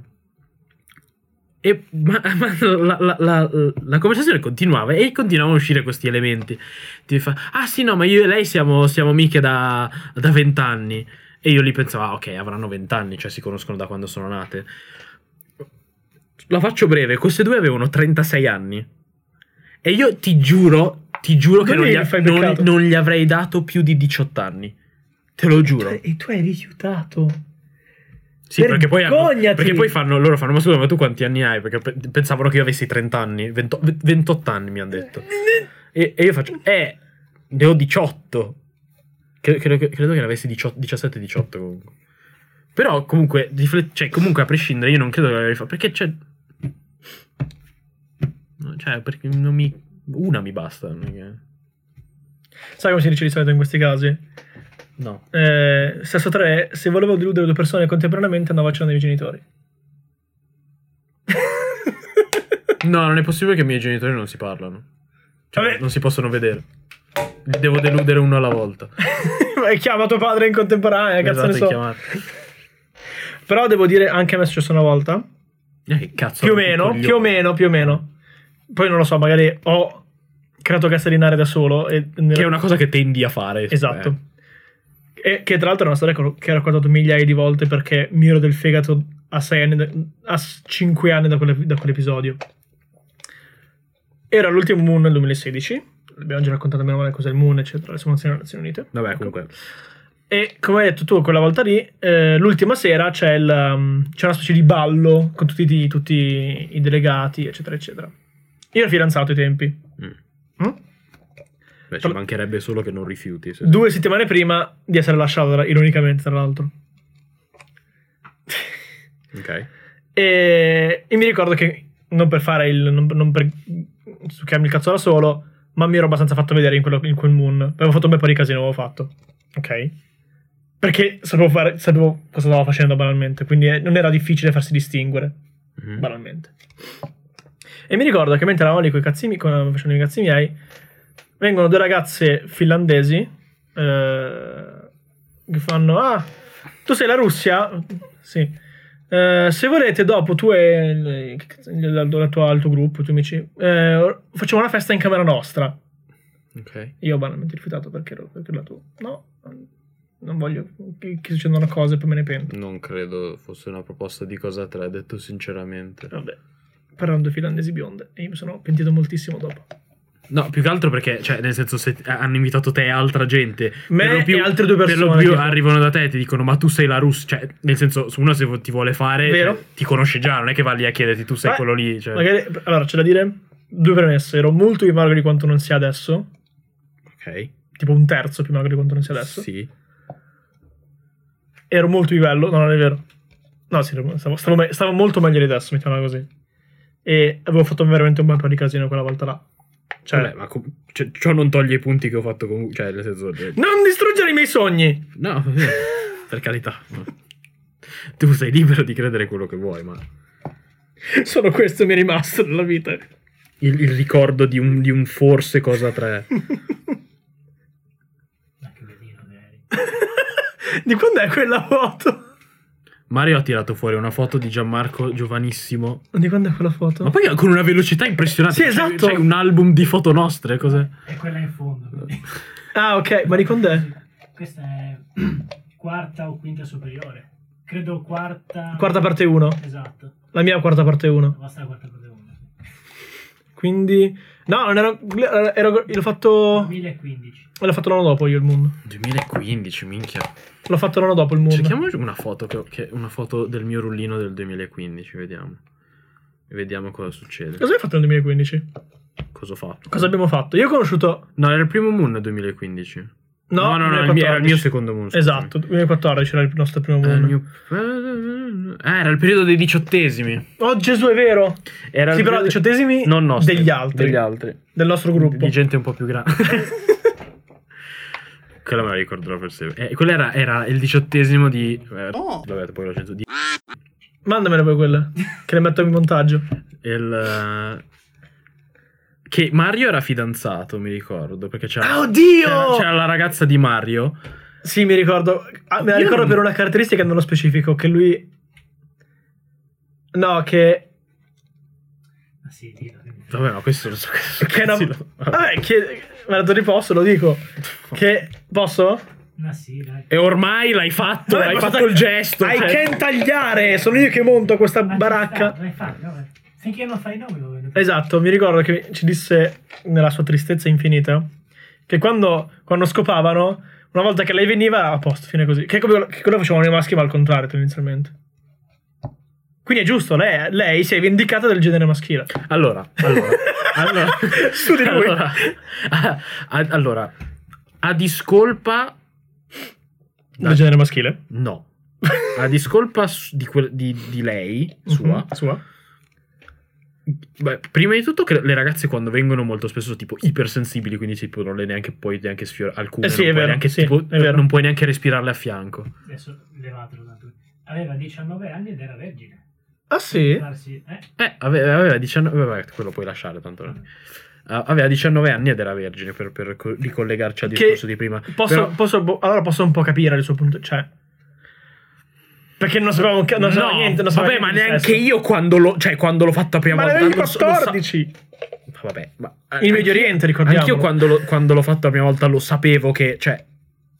Speaker 2: E ma, ma la, la- la- la conversazione continuava e continuavano a uscire questi elementi. Ti fa, ah sì, no, ma io e lei siamo, siamo amiche da da vent'anni. E io lì pensavo, ah, ok, avranno vent'anni, cioè si conoscono da quando sono nate. La faccio breve, queste due avevano 36 anni. E io ti giuro, ti giuro che
Speaker 1: Dove
Speaker 2: non gli,
Speaker 1: le fai
Speaker 2: non-
Speaker 1: beccato?
Speaker 2: non gli avrei dato più di 18 anni. Te lo giuro.
Speaker 1: E tu hai rifiutato.
Speaker 2: Sì, perché poi, hanno-
Speaker 1: Vergognati!
Speaker 2: perché poi fanno, loro fanno, ma scusa, ma tu quanti anni hai? Perché pe- pensavano che io avessi 30 anni, 20 28 anni mi hanno detto. E, e io faccio, eh, ne ho 18. Cre- Credo, che- credo che ne avessi 17-18 comunque. Però comunque, riflet- cioè, comunque a prescindere, io non credo che l'avrei fatto, perché c'è... no, Cioè, perché non mi... Una mi basta. non è che-
Speaker 1: Sai come si dice di solito in questi casi?
Speaker 2: No.
Speaker 1: Eh, stesso tre, se volevo deludere due persone contemporaneamente andavo a cena dei miei
Speaker 2: (laughs)
Speaker 1: genitori.
Speaker 2: No, non è possibile che i miei genitori non si parlano. Cioè,
Speaker 1: Vabbè.
Speaker 2: non si possono vedere. Li devo deludere uno alla volta.
Speaker 1: Ma chiama tuo padre in contemporanea, Eh, cazzo
Speaker 2: Esatto,
Speaker 1: ne so.
Speaker 2: chiamate.
Speaker 1: Però devo dire, anche a me è successo una volta.
Speaker 2: Eh, che cazzo.
Speaker 1: più o
Speaker 2: che
Speaker 1: meno,
Speaker 2: coglione.
Speaker 1: più o meno, più o meno. Poi non lo so, magari ho creato castellinare da solo. E
Speaker 2: Che è una cosa che tendi a fare.
Speaker 1: Esatto. E che tra l'altro è una storia che ho- che ho raccontato migliaia di volte perché mi ero del fegato a 6 anni, da- a 5 anni da, quelle- da quell'episodio. Era l'ultimo Moon nel 2016. Abbiamo già raccontato meno male cos'è il Moon, eccetera, le simulazioni delle Nazioni Unite.
Speaker 2: Vabbè, comunque.
Speaker 1: E come hai detto tu quella volta lì, eh, l'ultima sera c'è, il, um, c'è una specie di ballo con tutti, i- tutti i delegati, eccetera, eccetera. Io ero fidanzato ai tempi. Mm?
Speaker 2: Beh, ci mancherebbe solo che non rifiuti. se-
Speaker 1: Due settimane prima di essere lasciato, tra- ironicamente, tra l'altro. (laughs)
Speaker 2: Ok.
Speaker 1: E, e mi ricordo che non per fare il. non, non per succhiarmi il cazzo da solo, ma mi ero abbastanza fatto vedere in, quello, in quel moon. Avevo fatto un bel po' di casino, avevo fatto. Ok? Perché sapevo, fare, sapevo cosa stavo facendo banalmente, quindi eh, non era difficile farsi distinguere
Speaker 2: Mhm.
Speaker 1: banalmente. E mi ricordo che mentre eravamo lì con i cazzi miei, con- facendo i cazzi miei, vengono due ragazze finlandesi eh, che fanno: Ah, tu sei la Russia? Sì. "Eh, se volete, dopo tu e il- che cazzo- il- la, la tua, il tuo gruppo, i tuoi amici, eh, or- facciamo una festa in camera nostra.
Speaker 2: Ok.
Speaker 1: Io ho banalmente rifiutato perché ero, perché ero la tua. No, non voglio che, che succedano cose e poi me ne pento.
Speaker 2: Non credo fosse una proposta di cosa te l'ha detto sinceramente.
Speaker 1: Vabbè, però erano due finlandesi bionde e io mi sono pentito moltissimo dopo.
Speaker 2: No, più che altro perché, cioè, nel senso, se t- hanno invitato te e altra gente,
Speaker 1: Me
Speaker 2: per lo più,
Speaker 1: e altre due
Speaker 2: per lo
Speaker 1: persone
Speaker 2: più
Speaker 1: che-
Speaker 2: arrivano da te e ti dicono, ma tu sei la russa. Cioè, nel senso, se uno se vo- ti vuole fare,
Speaker 1: Vero.
Speaker 2: cioè, ti conosce già, non è che va lì a chiederti, tu sei
Speaker 1: Beh,
Speaker 2: quello lì. Cioè.
Speaker 1: Magari, allora, c'è da dire due premesse. Ero molto più magro di quanto non sia adesso.
Speaker 2: Ok.
Speaker 1: Tipo un terzo più magro di quanto non sia adesso.
Speaker 2: Sì.
Speaker 1: Ero molto più bello. No, non è vero. No, sì, ero- stavo, stavo me- stavo molto meglio di adesso, mettiamola così. E avevo fatto veramente un bel po' di casino quella volta là. Cioè,
Speaker 2: Vabbè, ma com- cioè, ciò non toglie i punti che ho fatto comunque. Cioè, nel senso. eh,
Speaker 1: non distruggere i miei sogni! (laughs)
Speaker 2: No, (laughs) eh, per carità. Tu sei libero di credere quello che vuoi, ma.
Speaker 1: Solo questo mi è rimasto nella
Speaker 2: (laughs)
Speaker 1: vita. (laughs)
Speaker 2: Il, il ricordo di un, di un forse cosa tre.
Speaker 3: Anche Berlino, magari.
Speaker 1: di quando è quella foto?
Speaker 2: Mario ha tirato fuori una foto di Gianmarco giovanissimo
Speaker 1: Di quando è quella foto?
Speaker 2: Ma poi con una velocità impressionante.
Speaker 1: Sì,
Speaker 2: C'è-
Speaker 1: esatto.
Speaker 2: C'è un album di foto nostre, cos'è?
Speaker 3: È quella in fondo.
Speaker 1: (laughs)
Speaker 3: quindi.
Speaker 1: Ah, ok, ma di quando è?
Speaker 3: Questa è quarta o quinta superiore. Credo quarta.
Speaker 1: Quarta parte 1.
Speaker 3: Esatto.
Speaker 1: La mia quarta parte 1.
Speaker 3: La vostra è quarta parte 1.
Speaker 1: Quindi, no, non ero. ero l'ho fatto.
Speaker 3: 2015.
Speaker 1: L'ho fatto l'anno dopo io il Moon.
Speaker 2: 2015, minchia.
Speaker 1: L'ho fatto l'anno dopo il Moon.
Speaker 2: Cerchiamo una foto, che, che- una foto del mio rullino del 2015, vediamo. e vediamo cosa succede.
Speaker 1: Cosa abbiamo fatto nel 2015?
Speaker 2: Cosa ho fatto?
Speaker 1: Cosa abbiamo fatto? Io ho conosciuto...
Speaker 2: No, era il primo Moon nel 2015.
Speaker 1: No,
Speaker 2: no, no, no, il mio- era il mio secondo Moon. scusami.
Speaker 1: Esatto, 2014 era il nostro primo
Speaker 2: Era il
Speaker 1: mondo.
Speaker 2: mio- Ah, era il periodo dei diciottesimi.
Speaker 1: Oh Gesù, è vero!
Speaker 2: Era
Speaker 1: sì,
Speaker 2: il
Speaker 1: però
Speaker 2: periodo-
Speaker 1: diciottesimi
Speaker 2: non nostri,
Speaker 1: degli altri,
Speaker 2: Degli altri.
Speaker 1: del nostro gruppo. (laughs)
Speaker 2: Di gente un po' più grande. (laughs) Quella me la ricorderò per sempre. Eh, quello era, era il diciottesimo di... eh, Vabbè, poi lo sento di...
Speaker 1: Mandamene poi quelle, che le metto in montaggio.
Speaker 2: Il, eh, Che Mario era fidanzato, mi ricordo, perché c'era...
Speaker 1: Ah, oddio!
Speaker 2: c'era- c'era la ragazza di Mario.
Speaker 1: Sì, mi ricordo. Ah, me la
Speaker 2: Io
Speaker 1: ricordo
Speaker 2: non-
Speaker 1: per una caratteristica nello specifico, che lui... No, che...
Speaker 3: Ah sì, dillo. dillo.
Speaker 2: Vabbè, no, questo lo so.
Speaker 1: Che era...
Speaker 2: (laughs) Sì, no.
Speaker 1: Vabbè, che... Me la do di posso, lo dico. Che... Posso?
Speaker 3: Ah sì, dai.
Speaker 2: E ormai l'hai fatto,
Speaker 1: Vabbè,
Speaker 2: hai
Speaker 1: posso
Speaker 2: fatto
Speaker 1: tag-
Speaker 2: il gesto.
Speaker 1: I
Speaker 2: cioè-
Speaker 1: can tagliare! Sono io che monto questa
Speaker 3: Ma ci
Speaker 1: baracca.
Speaker 3: sta, Vai, fai, vai. Finché non fai il nome lo vedo.
Speaker 1: Esatto, mi ricordo che ci disse nella sua tristezza infinita che quando, quando scopavano, una volta che lei veniva era a posto, fine così. Che, come, che quello facevano noi maschi, ma al contrario tendenzialmente. Quindi è giusto, lei, lei si è vendicata del genere maschile.
Speaker 2: Allora,
Speaker 1: (laughs)
Speaker 2: allora, allora,
Speaker 1: Su di lui.
Speaker 2: Allora, a, a- allora, a discolpa,
Speaker 1: Del genere maschile?
Speaker 2: no. A discolpa su- di, quel- di- di lei, sua,
Speaker 1: Mhm, Sua.
Speaker 2: beh, prima di tutto che le ragazze quando vengono molto spesso sono tipo ipersensibili, quindi tipo non le neanche puoi neanche sfiorare, alcune
Speaker 1: Eh sì,
Speaker 2: non,
Speaker 1: è
Speaker 2: puoi
Speaker 1: vero,
Speaker 2: neanche,
Speaker 1: sì,
Speaker 2: tipo,
Speaker 1: è vero.
Speaker 2: non puoi neanche respirarle a fianco.
Speaker 3: Adesso levatelo da tu. Aveva 19 anni ed era vergine.
Speaker 1: Ah sì?
Speaker 3: Darsi- eh,
Speaker 2: Eh, ave- aveva, 19 vabbè, quello puoi lasciare tanto. no. Ah, Aveva 19 anni ed era vergine per, per co- ricollegarci al
Speaker 1: Che-
Speaker 2: discorso di prima.
Speaker 1: Posso,
Speaker 2: Però-
Speaker 1: posso- boh, allora posso un po' capire il suo punto, cioè... Perché non sapevamo che- non sapevamo niente, non sapevamo
Speaker 2: vabbè, ma
Speaker 1: niente di
Speaker 2: neanche
Speaker 1: sesso.
Speaker 2: io quando l'ho, cioè, quando l'ho fatta prima
Speaker 1: Ma ne
Speaker 2: volta.
Speaker 1: avevi
Speaker 2: non so- non so-
Speaker 1: 14!
Speaker 2: vabbè, ma
Speaker 1: In Medio Oriente, ricordiamo.
Speaker 2: Anch'io quando, lo- quando l'ho fatta la prima volta lo sapevo che, cioè,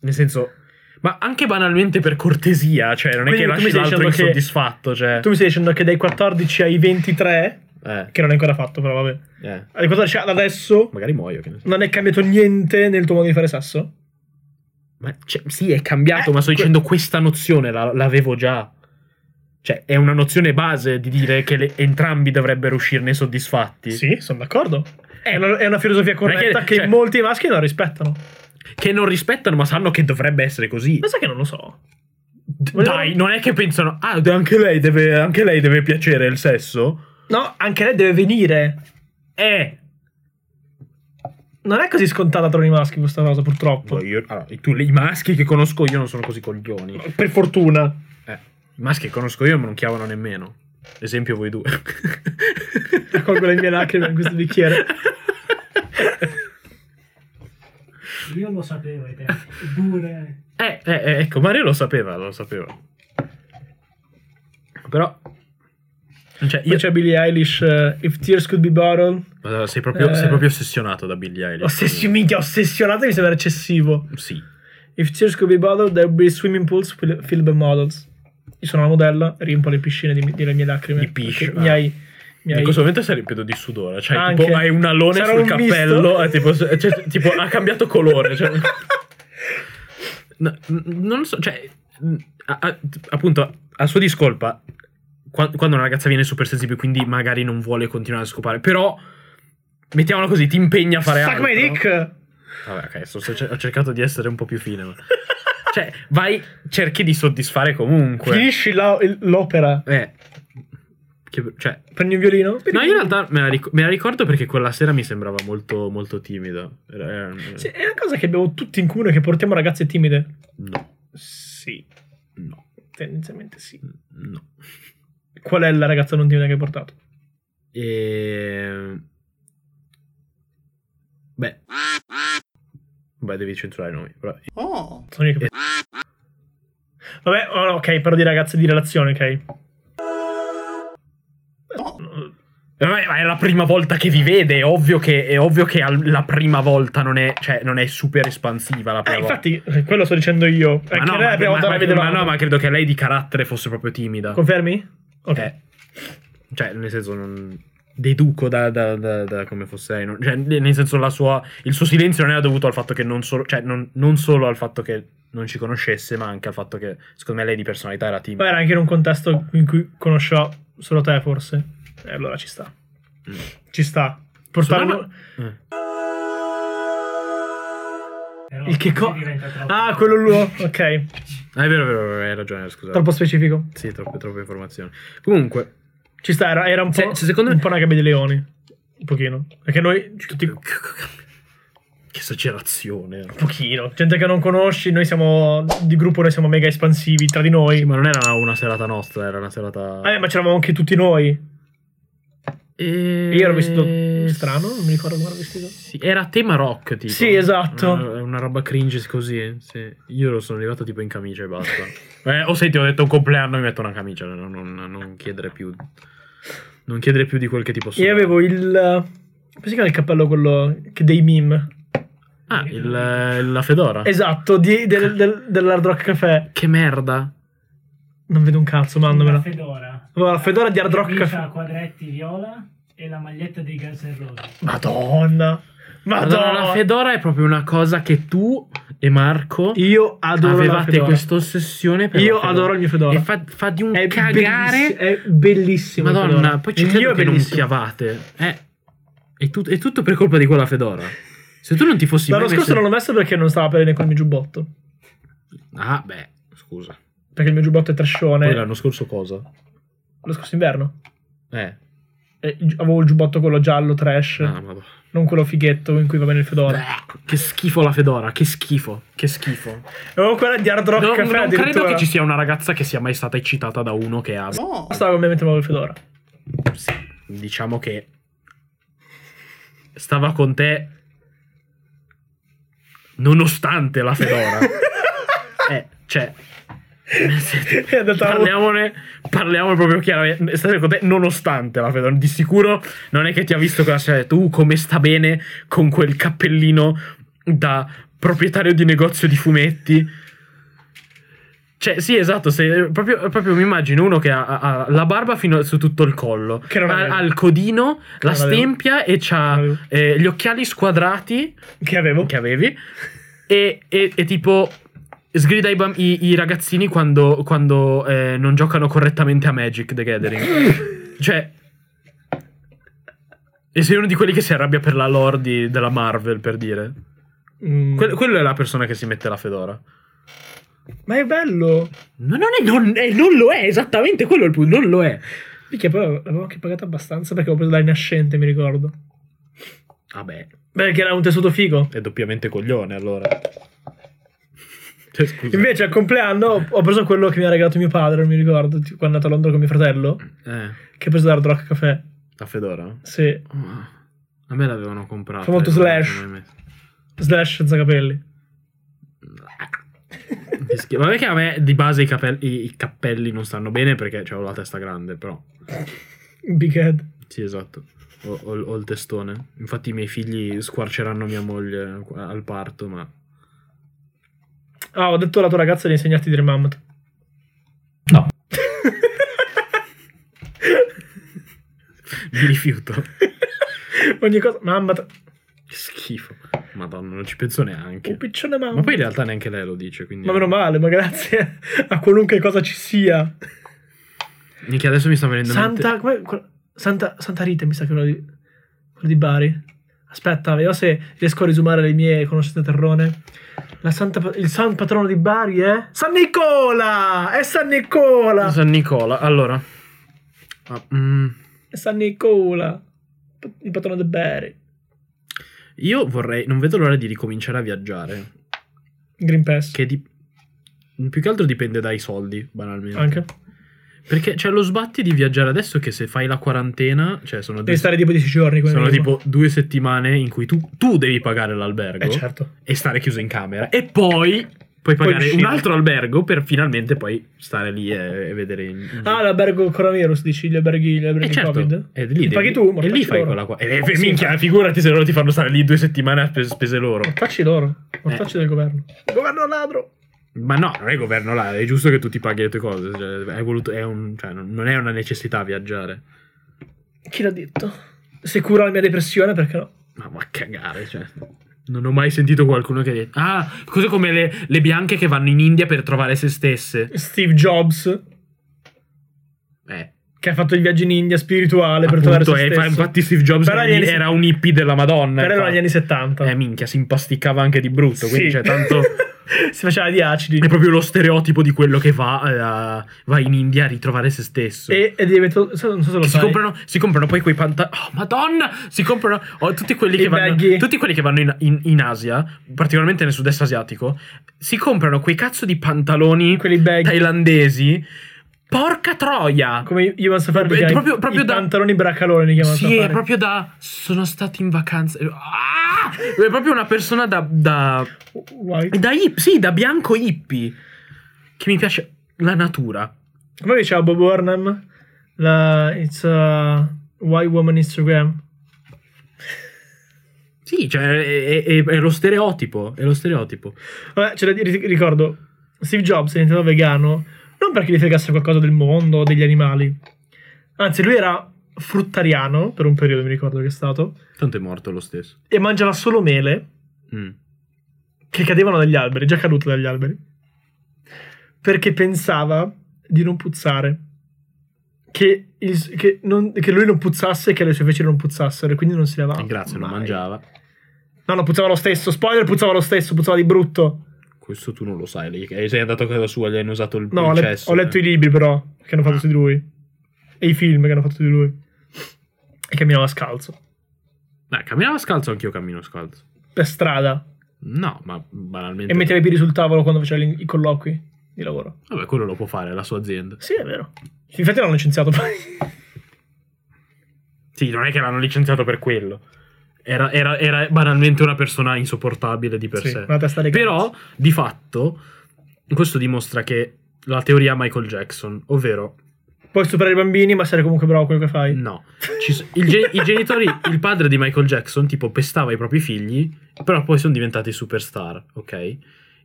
Speaker 2: nel senso, ma anche banalmente per cortesia, cioè, non è
Speaker 1: Quindi
Speaker 2: che
Speaker 1: tu mi
Speaker 2: lasci
Speaker 1: stai
Speaker 2: l'altro
Speaker 1: dicendo che-
Speaker 2: insoddisfatto, cioè.
Speaker 1: Tu mi stai dicendo che dai 14 ai 23,
Speaker 2: Eh,
Speaker 1: che non è ancora fatto, però vabbè.
Speaker 2: eh,
Speaker 1: Dai 14 ad adesso
Speaker 2: magari muoio, che ne so.
Speaker 1: non è cambiato niente nel tuo modo di fare sesso?
Speaker 2: Ma cioè, sì, è cambiato,
Speaker 1: Eh,
Speaker 2: ma sto
Speaker 1: que-
Speaker 2: dicendo questa nozione la- l'avevo già. Cioè, è una nozione base di dire che le- entrambi dovrebbero uscirne soddisfatti.
Speaker 1: Sì, sono d'accordo.
Speaker 2: Eh.
Speaker 1: È una, è una filosofia corretta
Speaker 2: Perché,
Speaker 1: che
Speaker 2: cioè-
Speaker 1: molti maschi non rispettano.
Speaker 2: Che non rispettano, ma sanno che dovrebbe essere così.
Speaker 1: Ma sai che non lo so.
Speaker 2: Dai, non è che pensano, ah, d- anche lei deve, anche lei deve piacere il sesso?
Speaker 1: No, anche lei deve venire.
Speaker 2: Eh,
Speaker 1: Non è così scontata tra i maschi questa cosa, purtroppo.
Speaker 2: boh, io- allora, i- tu- i maschi che conosco io non sono così coglioni.
Speaker 1: Per fortuna.
Speaker 2: Eh, I maschi che conosco io non chiamano nemmeno. Esempio voi due.
Speaker 1: Raccolgo le mie lacrime in questo
Speaker 2: (laughs)
Speaker 1: bicchiere.
Speaker 3: Io lo sapevo, e te. Dure.
Speaker 2: Eh, eh, eh, ecco, Mario lo sapeva, lo sapeva. Però... Cioè,
Speaker 1: Io
Speaker 2: io...
Speaker 1: c'è Billie Eilish, eh, If Tears Could Be Bottled.
Speaker 2: Madonna, sei, proprio,
Speaker 1: Eh.
Speaker 2: sei proprio ossessionato da Billie Eilish.
Speaker 1: Ossessi- minchia, ossessionato mi sembra eccessivo.
Speaker 2: Sì.
Speaker 1: If tears could be bottled, there would be swimming pools fill- filled by models. Io sono una modella, riempo le piscine di- delle mie lacrime.
Speaker 2: Di pisci-
Speaker 1: perché Mi
Speaker 2: ah.
Speaker 1: hai... Mi
Speaker 2: In
Speaker 1: hai...
Speaker 2: questo momento sei ripeto di sudore, cioè
Speaker 1: Anche.
Speaker 2: tipo hai un alone
Speaker 1: Sarà
Speaker 2: sul
Speaker 1: un misto.
Speaker 2: cappello, eh, tipo, cioè, tipo, ha cambiato colore. (laughs) cioè. No, n- non lo so, cioè, mh, a- a- appunto, a sua discolpa, qua- quando una ragazza viene super sensibile, quindi magari non vuole continuare a scopare, però, mettiamola così, ti impegna a fare
Speaker 1: Suck
Speaker 2: altro.
Speaker 1: my dick!
Speaker 2: Vabbè, ok, sto- sto- ho cercato di essere un po' più fine, ma- Cioè, vai, cerchi di soddisfare comunque.
Speaker 1: Finisci la- il- l'opera.
Speaker 2: Eh, che- cioè,
Speaker 1: Prendi un violino?
Speaker 2: No, io in realtà me la, ric- me la ricordo perché quella sera mi sembrava molto, molto timido. Era- eh, era-
Speaker 1: Sì, è una cosa che abbiamo tutti in comune, che portiamo ragazze timide.
Speaker 2: No,
Speaker 1: Sì,
Speaker 2: no,
Speaker 1: tendenzialmente sì.
Speaker 2: no.
Speaker 1: Qual è la ragazza non timida che hai portato?
Speaker 2: E... Ehm, Beh. Beh, devi censurare i nomi. però-
Speaker 1: Sono io che... Vabbè, oh, no, ok, però di ragazze di relazione, ok?
Speaker 2: Vabbè, Eh, ma è la prima volta che vi vede. È ovvio che, è ovvio che al- la prima volta non è, cioè, non è super espansiva la
Speaker 1: Eh,
Speaker 2: prima volta.
Speaker 1: infatti, eh, quello sto dicendo io. È che
Speaker 2: Ma no,
Speaker 1: lei è la
Speaker 2: ma,
Speaker 1: prima
Speaker 2: ma-
Speaker 1: volta
Speaker 2: ma-
Speaker 1: che la vedo
Speaker 2: ma
Speaker 1: là.
Speaker 2: no, ma credo che lei di carattere fosse proprio timida.
Speaker 1: Confermi? Ok.
Speaker 2: Eh, cioè, nel senso, non deduco da, da- da- da come fosse lei. non- cioè, nel senso, la sua, il suo silenzio non era dovuto al fatto che non solo, cioè, non, non solo al fatto che non ci conoscesse, ma anche al fatto che, secondo me, lei di personalità era
Speaker 1: Poi
Speaker 2: timida.
Speaker 1: era anche in un contesto in cui conosceva solo te, forse. E allora ci sta.
Speaker 2: Mm.
Speaker 1: Ci sta. Portarlo...
Speaker 2: Eh.
Speaker 3: Però
Speaker 1: Il che
Speaker 3: così
Speaker 1: co-
Speaker 3: diventa troppo-
Speaker 1: Ah, quello luo. Ok.
Speaker 2: Ah, è vero, è vero, è vero, hai ragione, scusa.
Speaker 1: Troppo specifico.
Speaker 2: Sì, troppe, troppe informazioni. Comunque,
Speaker 1: Ci sta, era, era un po'.
Speaker 2: Se- se secondo me-
Speaker 1: Un po' una gabbia di leoni. Un pochino. Perché noi. Tutti. Un
Speaker 2: eh, che esagerazione.
Speaker 1: pochino. Gente che non conosci, noi siamo. Di gruppo, noi siamo mega espansivi tra di noi.
Speaker 2: Ma non era una serata nostra, era una serata...
Speaker 1: Eh, ma c'eravamo anche tutti noi.
Speaker 2: E...
Speaker 1: Io ero vestito strano, non mi ricordo come ero vestito.
Speaker 2: Sì, era a tema rock, tipo.
Speaker 1: Sì, esatto.
Speaker 2: Una, una roba cringe così, sì. Io ero- sono arrivato tipo in camicia e basta. eh, o senti, ho detto un compleanno, mi metto una camicia. Non, non- non chiedere più... Non chiedere più di quel che ti posso
Speaker 1: Io
Speaker 2: dare.
Speaker 1: avevo il. Come si chiama il cappello quello. Che dei meme?
Speaker 2: Ah, il- la fedora.
Speaker 1: Esatto, di- del, del- dell'Hard Rock Café.
Speaker 2: che merda.
Speaker 1: Non vedo un cazzo,
Speaker 3: Una
Speaker 1: mandomela.
Speaker 3: fedora.
Speaker 1: Allora, la fedora di Hard Rock
Speaker 3: Camicia
Speaker 1: Cafe-
Speaker 3: a quadretti viola e la maglietta dei Guns N' Roses.
Speaker 1: Madonna. Madonna.
Speaker 2: Madonna, la fedora è proprio una cosa che tu e Marco
Speaker 1: Io adoro la
Speaker 2: avevate
Speaker 1: fedora.
Speaker 2: questa ossessione per la
Speaker 1: Io
Speaker 2: fedora.
Speaker 1: adoro il mio fedora.
Speaker 2: E fa, fa di un
Speaker 1: È bellissi-
Speaker 2: cagare.
Speaker 1: È bellissimo. il
Speaker 2: Madonna,
Speaker 1: fedora.
Speaker 2: poi ci
Speaker 1: Il mio
Speaker 2: credo
Speaker 1: è
Speaker 2: che non
Speaker 1: bellissimo.
Speaker 2: chiavate. Eh, è, tut- è tutto per colpa di quella fedora. Se tu non ti fossi
Speaker 1: L'anno
Speaker 2: mai
Speaker 1: scorso
Speaker 2: messo-
Speaker 1: non l'ho messo perché non stava bene con il mio giubbotto.
Speaker 2: Ah, beh, scusa.
Speaker 1: Perché il mio giubbotto è trascione.
Speaker 2: Poi l'anno scorso cosa?
Speaker 1: Lo scorso inverno.
Speaker 2: Eh,
Speaker 1: E gi- avevo il giubbotto quello giallo trash,
Speaker 2: ah, madonna.
Speaker 1: non quello fighetto in cui va bene il fedora.
Speaker 2: Bleh, Che schifo la fedora, che schifo, che schifo.
Speaker 1: Avevo quella di Hard Rock
Speaker 2: Non,
Speaker 1: Café
Speaker 2: non credo
Speaker 1: addirittura.
Speaker 2: che ci sia una ragazza che sia mai stata eccitata da uno che ha...
Speaker 1: Stava con me mentre avevo il fedora.
Speaker 2: (laughs) Diciamo che... Stava con te... Nonostante la fedora.
Speaker 1: (laughs)
Speaker 2: eh, cioè...
Speaker 1: E ha detto,
Speaker 2: Parliamone, parliamo proprio chiaramente. Stasera con te, nonostante la fedora, di sicuro non è che ti ha visto quella sera e ha detto, uh, come sta bene con quel cappellino da proprietario di negozio di fumetti. Cioè, sì, esatto, se, proprio, proprio mi immagino uno che ha, ha- ha la barba fino su tutto il collo,
Speaker 1: Che non
Speaker 2: ha,
Speaker 1: avevo.
Speaker 2: ha il codino, la
Speaker 1: non avevo.
Speaker 2: stempia e
Speaker 1: Non
Speaker 2: ha
Speaker 1: avevo.
Speaker 2: gli occhiali squadrati
Speaker 1: che avevo.
Speaker 2: che avevi e, e- e tipo sgrida i, bam- i- i ragazzini quando, quando, eh, non giocano correttamente a Magic the (laughs) Gathering. cioè... E sei uno di quelli che si arrabbia per la lore di- della Marvel, per dire.
Speaker 1: Mm.
Speaker 2: Que- quello è la persona che si mette la fedora.
Speaker 1: Ma è bello.
Speaker 2: Ma non è, non, è- non lo è, esattamente quello è il punto, non lo è.
Speaker 1: Perché poi avevo anche pagato abbastanza perché avevo preso la rinascente, mi ricordo.
Speaker 2: Vabbè,
Speaker 1: Beh, Perché era un tessuto figo.
Speaker 2: è doppiamente coglione (laughs) allora. Cioè, scusa.
Speaker 1: Invece al compleanno ho- ho preso quello che mi ha regalato mio padre, non mi ricordo, tipo, quando è andato a Londra con mio fratello,
Speaker 2: Eh,
Speaker 1: che ho preso da Hard Rock Café.
Speaker 2: la fedora?
Speaker 1: Sì,
Speaker 2: Oh, A me l'avevano comprata.
Speaker 1: Fa molto
Speaker 2: eh, non l'avevo
Speaker 1: slash.
Speaker 2: mai messa.
Speaker 1: slash senza capelli.
Speaker 2: Che schifo. Vabbè che a me di base i, capelli, i cappelli non stanno bene perché cioè, ho la testa grande, però.
Speaker 1: Big head.
Speaker 2: Sì, esatto. Ho, ho- ho il testone. Infatti i miei figli squarceranno mia moglie al parto, ma... (laughs)
Speaker 1: Ah, ho detto alla tua ragazza di insegnarti a dire Mammoth.
Speaker 2: No. Mi rifiuto.
Speaker 1: (laughs) Ogni cosa. Mammoth.
Speaker 2: Che schifo. Madonna, non ci penso neanche.
Speaker 1: Un piccione mamma.
Speaker 2: Ma poi in realtà neanche lei lo dice, quindi...
Speaker 1: Ma meno male, ma grazie (laughs) a qualunque cosa ci sia.
Speaker 2: Minchia, adesso mi sta venendo... in mente-
Speaker 1: Santa, come- quella- Santa, Santa Rita, mi sa che è quella di, quella di Bari. Aspetta, vediamo se riesco a risumare le mie conoscenze terrone. La Santa, Pa- il San Patrono di Bari è San Nicola! È San Nicola!
Speaker 2: San Nicola, allora... Ah, mm.
Speaker 1: È San Nicola! Il patrono di Bari.
Speaker 2: Io vorrei, non vedo l'ora di ricominciare a viaggiare.
Speaker 1: Green Pass.
Speaker 2: Che di- più che altro dipende dai soldi, banalmente.
Speaker 1: Anche.
Speaker 2: Perché c'è lo sbatti di viaggiare adesso che se fai la quarantena, cè sono, due,
Speaker 1: Devi stare tipo 10 giorni. come
Speaker 2: sono
Speaker 1: minimo.
Speaker 2: tipo due settimane in cui tu, tu devi pagare l'albergo
Speaker 1: Eh certo.
Speaker 2: e stare chiuso in camera e poi puoi pagare
Speaker 1: uscire.
Speaker 2: un altro albergo per finalmente poi stare lì e, e vedere il... il-
Speaker 1: Ah, l'albergo coronavirus, dici, gli alberghi, gli alberghi
Speaker 2: Eh, certo.
Speaker 1: Covid.
Speaker 2: E lì
Speaker 1: Li
Speaker 2: devi-
Speaker 1: paghi tu, ma
Speaker 2: e lì
Speaker 1: facci
Speaker 2: fai
Speaker 1: loro.
Speaker 2: quella qua. E, e-
Speaker 1: Sì,
Speaker 2: minchia, figurati se loro ti fanno stare lì due settimane a spe- spese loro.
Speaker 1: Mortacci loro,
Speaker 2: Eh.
Speaker 1: mortacci del governo. Governo ladro.
Speaker 2: Ma no, non è governo là, è giusto che tu ti paghi le tue cose. cioè, hai voluto- è un- cioè, non non è una necessità viaggiare.
Speaker 1: Chi l'ha detto? Se cura la mia depressione, perché no?
Speaker 2: Ma va a cagare, cioè. Non ho mai sentito qualcuno che ha detto. Ah, così come le, le bianche che vanno in India per trovare se stesse.
Speaker 1: Steve Jobs,
Speaker 2: Eh.
Speaker 1: che ha fatto il viaggio in India spirituale per trovare
Speaker 2: Appunto,
Speaker 1: se
Speaker 2: eh,
Speaker 1: stesso.
Speaker 2: fa- infatti Steve Jobs
Speaker 1: Però
Speaker 2: era,
Speaker 1: negli anni-
Speaker 2: era un hippie della Madonna.
Speaker 1: Però erano
Speaker 2: infatti.
Speaker 1: gli anni 70.
Speaker 2: Eh minchia, si impasticcava anche di brutto, quindi
Speaker 1: Sì.
Speaker 2: cioè tanto
Speaker 1: (laughs)
Speaker 2: Eh,
Speaker 1: si faceva di acidi.
Speaker 2: è proprio lo stereotipo di quello che va, eh, a- va in India a ritrovare se stesso.
Speaker 1: E, e diventò. Non so se lo
Speaker 2: Che si
Speaker 1: sai.
Speaker 2: comprano, si comprano poi quei pantaloni. Oh, madonna! Si comprano oh, tutti, quelli
Speaker 1: I
Speaker 2: che vanno,
Speaker 1: baggy.
Speaker 2: tutti quelli che vanno in, in- in Asia, particolarmente nel sud-est asiatico. Si comprano quei cazzo di pantaloni
Speaker 1: Quelli baggy.
Speaker 2: thailandesi. Porca troia!
Speaker 1: Come Ivan Safardi.
Speaker 2: È
Speaker 1: che ha i-
Speaker 2: proprio- proprio
Speaker 1: i
Speaker 2: da-
Speaker 1: pantaloni bracaloni li chiamano.
Speaker 2: Sì, è proprio da. Sono stati in vacanza. Ah! È proprio una persona da. da,
Speaker 1: White.
Speaker 2: da hip- sì, da bianco hippie. Che mi piace la natura.
Speaker 1: Come diceva Bob Burnham? La, it's a white woman Instagram.
Speaker 2: Sì, cioè, è, è- è- è lo stereotipo. È lo stereotipo.
Speaker 1: Vabbè, c'è da dire, ricordo, Steve Jobs è diventato vegano non perché gli fregasse qualcosa del mondo o degli animali. Anzi, lui era fruttariano per un periodo, mi ricordo che è stato,
Speaker 2: Tanto è morto lo stesso.
Speaker 1: e mangiava solo mele
Speaker 2: Mm.
Speaker 1: che cadevano dagli alberi, già cadute dagli alberi, perché pensava di non puzzare. Che, il- che non- che lui non puzzasse e che le sue feci non puzzassero e quindi non si lavava.
Speaker 2: Ringrazio, lo
Speaker 1: mai.
Speaker 2: mangiava.
Speaker 1: No, no, puzzava lo stesso. Spoiler, puzzava lo stesso, puzzava di brutto.
Speaker 2: Questo tu non lo sai. lei- eh, Sei andato a casa sua, gli hanno usato il
Speaker 1: No, ho,
Speaker 2: il
Speaker 1: let-
Speaker 2: cesso,
Speaker 1: ho letto
Speaker 2: eh. Ah.
Speaker 1: i libri però che hanno fatto su di lui e i film che hanno fatto su di lui e camminava scalzo
Speaker 2: Dai, camminava scalzo, anch'io cammino scalzo.
Speaker 1: per strada
Speaker 2: No, ma banalmente.
Speaker 1: e metteva i piedi sul tavolo quando faceva gli- i colloqui di lavoro.
Speaker 2: Vabbè, quello lo può fare, è la sua azienda.
Speaker 1: Sì, è vero. Infatti l'hanno licenziato poi.
Speaker 2: Sì, non è che l'hanno licenziato per quello. Era, era- era banalmente una persona insopportabile di per
Speaker 1: Sì,
Speaker 2: sé.
Speaker 1: una testa di cazzo.
Speaker 2: Però, di fatto, questo dimostra che la teoria Michael Jackson, ovvero
Speaker 1: Puoi superare i bambini, ma essere comunque bravo a quello che fai.
Speaker 2: no, ci so- il ge- i genitori, il padre di Michael Jackson, tipo, pestava i propri figli, però poi sono diventati superstar, ok?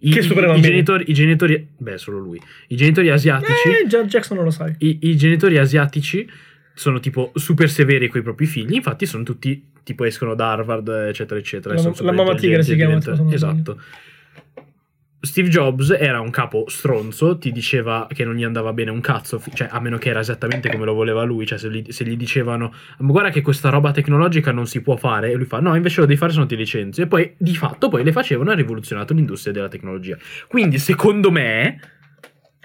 Speaker 2: I,
Speaker 1: Che
Speaker 2: i-
Speaker 1: supera i
Speaker 2: i,
Speaker 1: bambini.
Speaker 2: genitori, i genitori, beh, solo lui, i genitori asiatici.
Speaker 1: Eh, già Jackson non lo sai.
Speaker 2: I, i genitori asiatici sono tipo super severi con i propri figli, infatti sono tutti tipo escono da Harvard, eccetera, eccetera. e
Speaker 1: La-
Speaker 2: sono super
Speaker 1: la mamma tigre si chiama,
Speaker 2: intelligenti e
Speaker 1: se non
Speaker 2: diventano- Esatto. Steve Jobs era un capo stronzo, ti diceva che non gli andava bene un cazzo, fi- cioè a meno che era esattamente come lo voleva lui, cioè se gli, se gli dicevano ma guarda che questa roba tecnologica non si può fare e lui fa no invece lo devi fare se no ti licenzi e poi di fatto poi le facevano e ha rivoluzionato l'industria della tecnologia. Quindi secondo me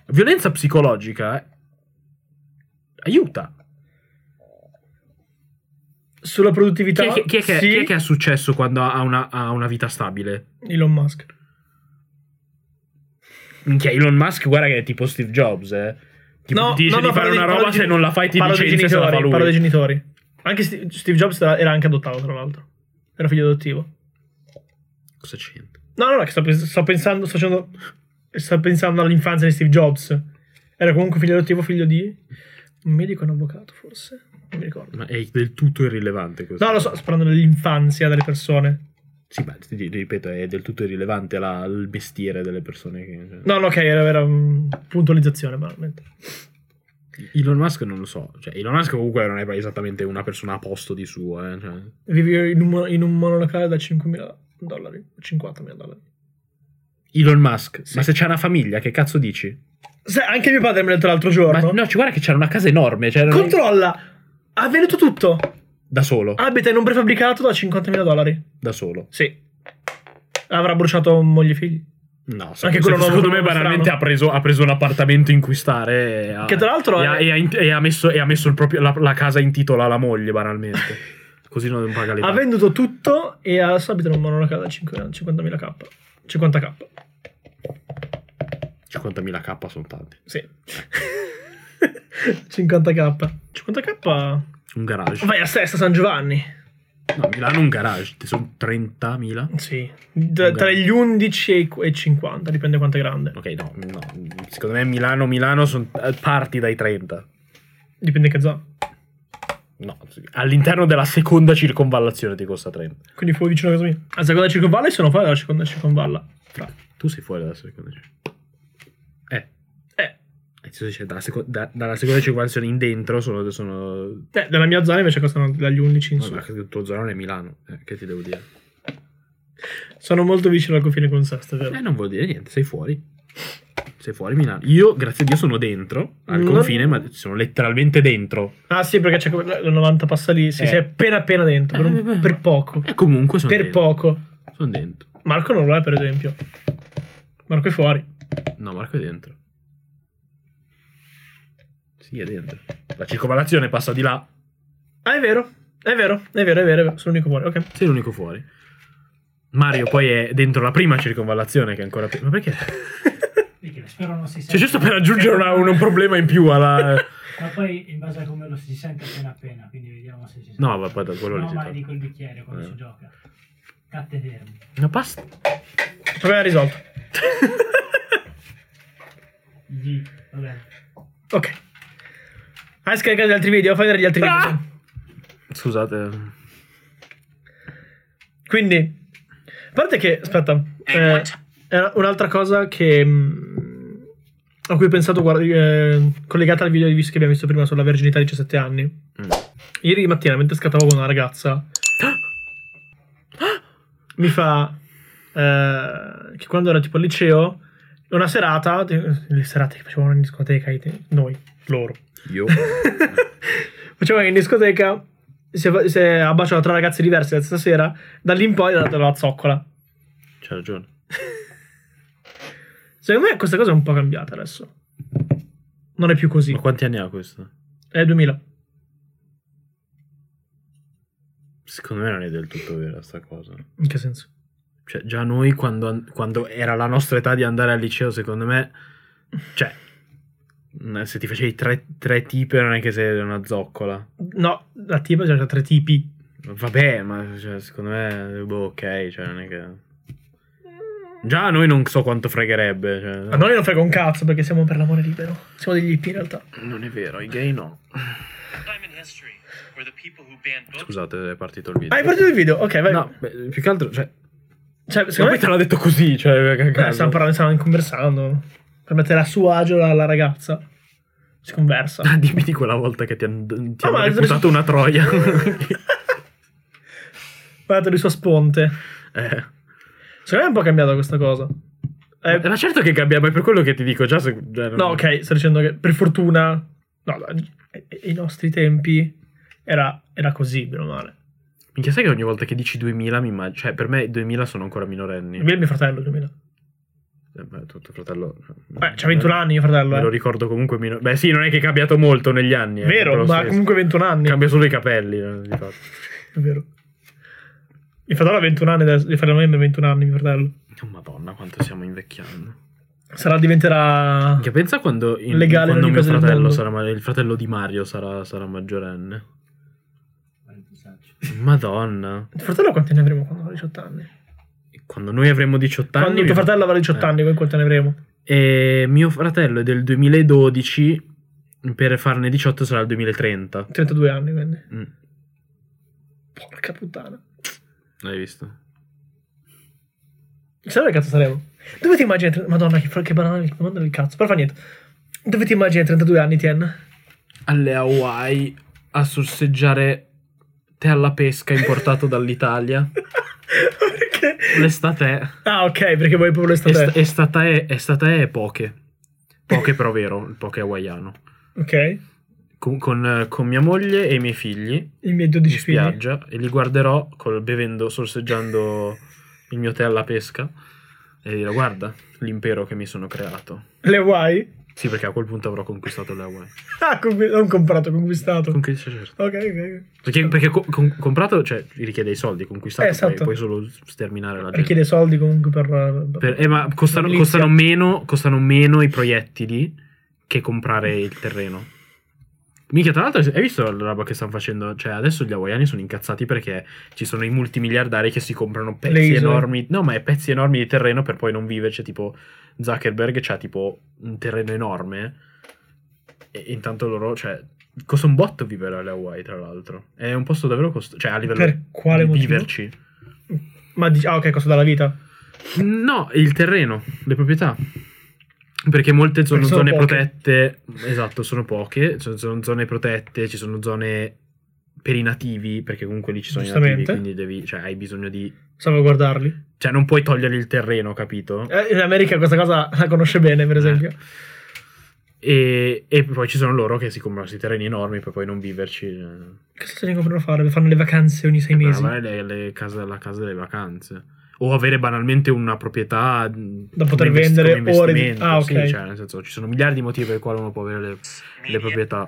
Speaker 2: violenza psicologica aiuta.
Speaker 1: Sulla
Speaker 2: Chi
Speaker 1: produttività
Speaker 2: è, che, chi è che-
Speaker 1: sì,
Speaker 2: chi è che ha successo quando ha una, ha una vita stabile?
Speaker 1: Elon Musk.
Speaker 2: Minchia, Elon Musk, guarda che è tipo Steve Jobs, eh. Tipo, ti dice di fare
Speaker 1: parlo
Speaker 2: una
Speaker 1: parlo
Speaker 2: roba,
Speaker 1: di-
Speaker 2: se non la fai ti
Speaker 1: parlo dei
Speaker 2: licenzi e se la fa
Speaker 1: genitori,
Speaker 2: lui.
Speaker 1: Parlo dei genitori. Anche Steve, Steve Jobs era era anche adottato, tra l'altro. Era figlio adottivo.
Speaker 2: Cosa c'entra?
Speaker 1: No, no, no, che sto, pens- sto pensando, sto facendo- sto pensando all'infanzia di Steve Jobs. Era comunque figlio adottivo, figlio di un medico e un avvocato, forse. Non mi ricordo.
Speaker 2: Ma è del tutto irrilevante questo.
Speaker 1: No, lo so, sto parlando dell'infanzia delle persone.
Speaker 2: Sì, ma ti- ti ripeto, è del tutto irrilevante la- il mestiere delle persone che... cioè,
Speaker 1: No, no, ok, era, era mm, puntualizzazione, banalmente.
Speaker 2: Elon Musk non lo so. Cioè, Elon Musk comunque non è esattamente una persona a posto di suo, eh. cioè.
Speaker 1: Vivi in un, mo- in un monolocale da 5.000 dollari, 50.000 dollari.
Speaker 2: Elon Musk,
Speaker 1: Sì.
Speaker 2: ma se c'è una famiglia, che cazzo dici?
Speaker 1: Se- anche mio padre mi ha detto l'altro
Speaker 2: Ma
Speaker 1: giorno.
Speaker 2: no, ci guarda che c'era una casa enorme, cioè, non-
Speaker 1: Controlla! Ha venuto tutto.
Speaker 2: da solo,
Speaker 1: Abita in un prefabbricato da 50.000 dollari.
Speaker 2: da solo.
Speaker 1: Sì. Avrà bruciato moglie e figli.
Speaker 2: No,
Speaker 1: Anche
Speaker 2: anche
Speaker 1: quello
Speaker 2: quello
Speaker 1: nuovo
Speaker 2: secondo me
Speaker 1: strano.
Speaker 2: banalmente ha preso, ha preso un appartamento in cui stare. e ha-
Speaker 1: Che tra l'altro
Speaker 2: e ha,
Speaker 1: è-
Speaker 2: e ha in- e ha messo, e ha messo il proprio- la, la casa in titolo alla moglie, banalmente.
Speaker 1: (laughs)
Speaker 2: Così non paga le
Speaker 1: Ha
Speaker 2: tasse.
Speaker 1: venduto tutto e adesso abita in un monolocale da 5 50.000 K. 50k.
Speaker 2: 50.000 K sono tanti.
Speaker 1: Sì. (laughs) 50k. 50k.
Speaker 2: Un garage.
Speaker 1: Vai a Sesta San Giovanni.
Speaker 2: No, Milano un garage. Ti sono 30.000.
Speaker 1: Sì. D- tra gli 11 e i qu- e i 50, dipende quanto è grande.
Speaker 2: Ok, no, no. Secondo me Milano, Milano sono parti dai 30.
Speaker 1: Dipende che zona.
Speaker 2: No, sì. all'interno della seconda circonvallazione ti costa 30.
Speaker 1: Quindi fuori vicino a casa mia. La seconda circonvalla e sono fuori dalla seconda circonvalla. Fra.
Speaker 2: Tu sei fuori dalla seconda circonvallazione. Eh.
Speaker 1: Eh,
Speaker 2: Eh, ti sto dicendo, dalla, seco- da- dalla seconda circolazione in dentro sono, sono
Speaker 1: eh, nella mia zona invece costano dagli 11 in su.
Speaker 2: Vabbè, che il tuo zonone è Milano, eh, che ti devo dire?
Speaker 1: Sono molto vicino al confine con Sesta, è vero?
Speaker 2: Eh, non vuol dire niente, sei fuori. Sei fuori Milano. Io, grazie a Dio, sono dentro al
Speaker 1: No.
Speaker 2: confine, ma sono letteralmente dentro.
Speaker 1: Ah sì, perché c'è come- la 90 passa lì, sì,
Speaker 2: Eh.
Speaker 1: sei appena appena dentro, per, un-
Speaker 2: Eh, beh, beh.
Speaker 1: per poco.
Speaker 2: E comunque sono
Speaker 1: Per
Speaker 2: dentro.
Speaker 1: poco.
Speaker 2: Sono dentro.
Speaker 1: Marco non lo è, per esempio. Marco è fuori.
Speaker 2: No, Marco è dentro. Sì, è dentro. La circonvallazione passa di là.
Speaker 1: Ah, è vero, è vero, è vero, è vero, è vero. sono l'unico fuori, ok.
Speaker 2: Sei l'unico fuori. Mario poi è dentro la prima circonvallazione che è ancora più... Ma perché?
Speaker 3: Perché spero non si sente.
Speaker 2: Cioè, giusto per aggiungere una- un, un problema in più alla... eh.
Speaker 3: Ma poi in base a come lo si sente appena appena, quindi vediamo se si sente.
Speaker 2: No, ma poi da quello lì
Speaker 3: no,
Speaker 2: si
Speaker 3: ma
Speaker 2: toglie.
Speaker 3: dico il bicchiere quando
Speaker 2: Eh.
Speaker 3: si gioca. Cattedermi.
Speaker 2: Una pasta.
Speaker 1: Problema Cioè, risolto.
Speaker 3: Gli, vabbè.
Speaker 1: Ok. Hai scaricato gli altri video, fai vedere gli altri video.
Speaker 2: Scusate.
Speaker 1: Quindi, a parte che, aspetta, eh, è una- un'altra cosa che mm, a cui ho pensato guarda, eh, collegata al video di visto che abbiamo visto prima sulla verginità a 17 anni.
Speaker 2: Mm.
Speaker 1: Ieri mattina mentre scattavo con una ragazza mi fa eh, che quando era tipo al liceo una serata, le serate che facevamo in discoteca i te- noi, loro.
Speaker 2: (laughs) Io.
Speaker 1: Facciamo che in discoteca si è, si è abbaciato tre ragazze diverse la stessa sera. Da lì in poi è andata la zoccola.
Speaker 2: C'ha ragione.
Speaker 1: Secondo me questa cosa è un po' cambiata adesso. Non è più così.
Speaker 2: Ma quanti anni ha questo?
Speaker 1: È 2000.
Speaker 2: Secondo me non è del tutto vera sta cosa.
Speaker 1: In che senso?
Speaker 2: Cioè, già noi quando, quando era la nostra età di andare al liceo, secondo me... Cioè... mm, Se ti facevi tre, tre tipe non è che sei una zoccola.
Speaker 1: No, la tipa c'era tre tipi.
Speaker 2: Vabbè, ma cioè, secondo me... Boh, ok, cioè non è che...
Speaker 3: Mm.
Speaker 2: Già a noi non so quanto fregherebbe. Cioè,
Speaker 1: A noi non frega un cazzo perché siamo per l'amore libero. Siamo degli hippie in realtà.
Speaker 2: Non è vero, i gay no.
Speaker 4: Time in history where the people who banned books
Speaker 2: Scusate, è partito il video.
Speaker 1: Ah, Hai partito il video? Ok, vai.
Speaker 2: No, beh, più che altro... Cioè,
Speaker 1: Cioè,
Speaker 2: secondo
Speaker 1: secondo
Speaker 2: me
Speaker 1: me
Speaker 2: te l'ha detto così, cioè... a
Speaker 1: eh,
Speaker 2: caso.
Speaker 1: stiamo parlando, stiamo conversando. Per mettere a suo agio la, la ragazza. Si
Speaker 2: (laughs)
Speaker 1: conversa.
Speaker 2: Ah, (laughs) dimmi di quella volta che ti hanno ti
Speaker 1: Ah,
Speaker 2: hanno
Speaker 1: ma-
Speaker 2: reputato
Speaker 1: (laughs)
Speaker 2: una troia. (laughs)
Speaker 1: Guardate le sue sponte.
Speaker 2: eh.
Speaker 1: Secondo me è un po' cambiata questa cosa. Eh,
Speaker 2: Ma certo che cambia, ma è per quello che ti dico già. se- cioè, non-
Speaker 1: No, ok, sto dicendo che per fortuna, no, no, ai- ai nostri tempi era, era così, bene o male.
Speaker 2: Minchia, sai che ogni volta che dici 2000 mi immagino. Cioè, per me 2000 sono ancora minorenni.
Speaker 1: Mio, mio fratello, 2000.
Speaker 2: Eh, beh, tutto fratello. eh,
Speaker 1: Beh, c'ha 21 anni mio fratello,
Speaker 2: Me lo
Speaker 1: eh.
Speaker 2: ricordo comunque. mino- Beh, sì, non è che è cambiato molto negli anni. eh, però
Speaker 1: Vero,
Speaker 2: lo
Speaker 1: ma
Speaker 2: stesso.
Speaker 1: comunque 21 anni.
Speaker 2: Cambia solo i capelli. eh, di fatto.
Speaker 1: È vero. Mio fratello ha 21 anni, adesso- mio fratello ha 21 anni, mio fratello.
Speaker 2: Oh, madonna, quanto stiamo invecchiando.
Speaker 1: Sarà, diventerà...
Speaker 2: Minchia, pensa quando, in-
Speaker 1: Legale
Speaker 2: quando
Speaker 1: ogni
Speaker 2: mio
Speaker 1: cosa del
Speaker 2: fratello
Speaker 1: mondo.
Speaker 2: sarà. ma- Il fratello di Mario sarà, sarà maggiorenne.
Speaker 3: Guarda il messaggio.
Speaker 2: Madonna.
Speaker 1: Tuo fratello quanti ne avremo quando avrà 18 anni?
Speaker 2: Quando noi avremo 18 anni.
Speaker 1: Quando tuo
Speaker 2: mio-
Speaker 1: fratello avrà 18
Speaker 2: Eh.
Speaker 1: anni, voi quanti ne avremo?
Speaker 2: E mio fratello è del 2012, per farne 18 sarà il 2030.
Speaker 1: 32 anni, quindi.
Speaker 2: Mm,
Speaker 1: Porca puttana.
Speaker 2: hai visto?
Speaker 1: Chissà dove cazzo saremo. Dove ti immagini? tre- Madonna, che, che banana che domanda del cazzo. Però fa niente. Dove ti immagini a 32 anni, Tien? (laughs)
Speaker 2: Alle Hawaii a sorseggiare tè alla pesca importato dall'Italia.
Speaker 1: perché?
Speaker 2: (laughs) L'estate
Speaker 1: Ah, ok, perché vuoi proprio
Speaker 2: è,
Speaker 1: l'estate.
Speaker 2: è stata è, è stata è poche. Poche però vero, il poche hawaiano.
Speaker 1: ok.
Speaker 2: Con, con- con mia moglie e i miei figli
Speaker 1: I miei
Speaker 2: in
Speaker 1: 12 figli.
Speaker 2: spiaggia e li guarderò col- bevendo, sorseggiando il mio tè alla pesca e dirò guarda l'impero che mi sono creato.
Speaker 1: Le Hawaii?
Speaker 2: Sì, perché a quel punto avrò conquistato le Hawaii.
Speaker 1: (laughs) Ah, conqui- non comprato, conquistato.
Speaker 2: Conquista, certo.
Speaker 1: ok, ok.
Speaker 2: Perché, perché co- con- comprato, cioè, richiede i soldi, conquistato,
Speaker 1: Eh, esatto.
Speaker 2: poi puoi solo sterminare la gente.
Speaker 1: Richiede soldi comunque per...
Speaker 2: Per- eh, ma costano,
Speaker 1: la milizia.
Speaker 2: costano meno, costano meno i proiettili che comprare il terreno. Minchia, tra l'altro, hai visto la roba che stanno facendo? Cioè, adesso gli hawaiani sono incazzati perché ci sono i multimiliardari che si comprano
Speaker 1: Le
Speaker 2: pezzi
Speaker 1: isole.
Speaker 2: enormi. No, ma è pezzi enormi di terreno per poi non viverci. Tipo, Zuckerberg c'ha tipo un terreno enorme. E intanto loro, cioè, costa un botto vivere alle Hawaii, tra l'altro. È un posto davvero costoso. Cioè, a livello
Speaker 1: Per quale
Speaker 2: di
Speaker 1: motivo?
Speaker 2: viverci.
Speaker 1: Ma dici... Ah, ok, costa dalla vita.
Speaker 2: No, il terreno, le proprietà. Perché molte sono
Speaker 1: Perché sono
Speaker 2: zone
Speaker 1: poche.
Speaker 2: protette. Esatto, sono poche. Sono, sono zone protette, ci sono zone per i nativi, perché comunque lì ci sono i nativi,
Speaker 1: Giustamente.
Speaker 2: quindi devi, cioè, hai bisogno di...
Speaker 1: Salvaguardarli.
Speaker 2: Cioè non puoi togliergli il terreno, capito?
Speaker 1: Eh, in America questa cosa la conosce bene,
Speaker 2: Eh.
Speaker 1: per esempio.
Speaker 2: E, e poi ci sono loro che si comprano questi terreni enormi per poi non viverci. eh.
Speaker 1: Che cosa ne comprano a fare? Fanno le vacanze ogni sei
Speaker 2: Per
Speaker 1: mesi.
Speaker 2: avere le- le case- la casa delle vacanze. O avere banalmente una proprietà da
Speaker 1: poter vendere ore di- Ah, ok.
Speaker 2: cioè, nel senso, ci sono miliardi di motivi per i quali uno può avere le, le proprietà.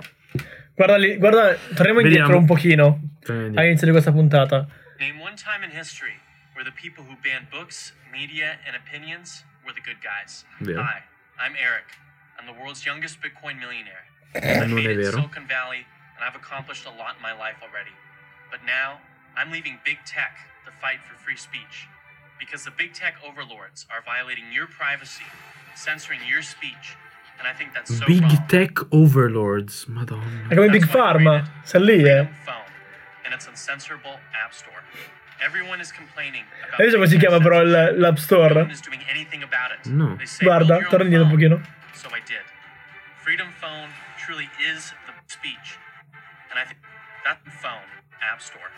Speaker 1: Guarda, lì, guarda, torniamo indietro
Speaker 2: Vediamo.
Speaker 1: un pochino
Speaker 2: Quindi-
Speaker 1: all'inizio di questa puntata.
Speaker 4: Name one time in history where the people who banned books, media, and opinions were the good guys.
Speaker 2: Vero.
Speaker 4: Hi, I'm Eric. I'm the world's youngest Bitcoin millionaire. I've
Speaker 2: non
Speaker 4: made
Speaker 2: è
Speaker 4: it in
Speaker 2: vero.
Speaker 4: Silicon Valley, and I've accomplished a lot in my life already. But now, I'm leaving big tech to fight for free speech. Because the big tech overlords are violating your privacy, censoring your speech, and I think that's so wrong.
Speaker 2: Big Tech Overlords, madonna.
Speaker 1: È come
Speaker 4: That's
Speaker 1: Big
Speaker 4: why I created
Speaker 1: Pharma, sei lì, eh.
Speaker 4: Freedom Phone and its uncensorable app store. Everyone is complaining about
Speaker 1: Hai visto come si chiama però il- l'App
Speaker 4: No one
Speaker 1: Store?
Speaker 4: is doing anything about it.
Speaker 2: No.
Speaker 4: They say,
Speaker 1: Guarda,
Speaker 4: "Build your
Speaker 1: torna
Speaker 4: own
Speaker 1: indietro un
Speaker 4: phone."
Speaker 1: pochino.
Speaker 4: So I did. Freedom Phone truly is the speech. And I think that phone app store.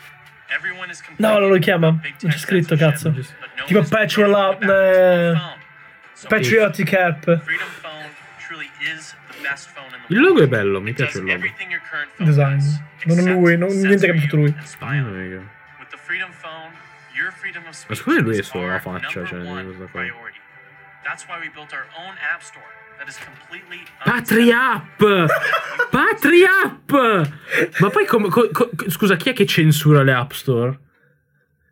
Speaker 4: Everyone is
Speaker 1: No,
Speaker 4: complaining.
Speaker 1: allora lo chiama.
Speaker 4: about big
Speaker 1: Non c'è
Speaker 4: tech
Speaker 1: scritto,
Speaker 4: censorship,
Speaker 1: cazzo.
Speaker 4: but no
Speaker 1: Tipo
Speaker 4: one is doing
Speaker 1: Patrol
Speaker 4: anything
Speaker 1: App,
Speaker 4: about it.
Speaker 1: eh,
Speaker 4: Phone. So I did.
Speaker 1: Patriotic App.
Speaker 4: Freedom Phone truly is the best phone in the
Speaker 2: Il
Speaker 4: world.
Speaker 2: logo è bello, mi
Speaker 4: It
Speaker 2: piace
Speaker 4: does
Speaker 2: il logo.
Speaker 4: everything your current phone
Speaker 1: Design.
Speaker 4: does,
Speaker 1: Non è
Speaker 4: except
Speaker 1: lui, non- niente che ha
Speaker 4: censor
Speaker 1: fatto
Speaker 4: you
Speaker 1: lui.
Speaker 4: and spy
Speaker 2: Ah,
Speaker 4: on you.
Speaker 2: raga.
Speaker 4: With the Freedom Phone, your freedom of speech
Speaker 2: secondo me lui è
Speaker 4: is
Speaker 2: solo la
Speaker 4: our
Speaker 2: faccia,
Speaker 4: number
Speaker 2: cioè,
Speaker 4: one
Speaker 2: questa qua.
Speaker 4: priority. That's why we built our own app store that is completely
Speaker 2: Patria App! Patria App! Ma poi come- co- co- scusa, chi è che censura le App Store?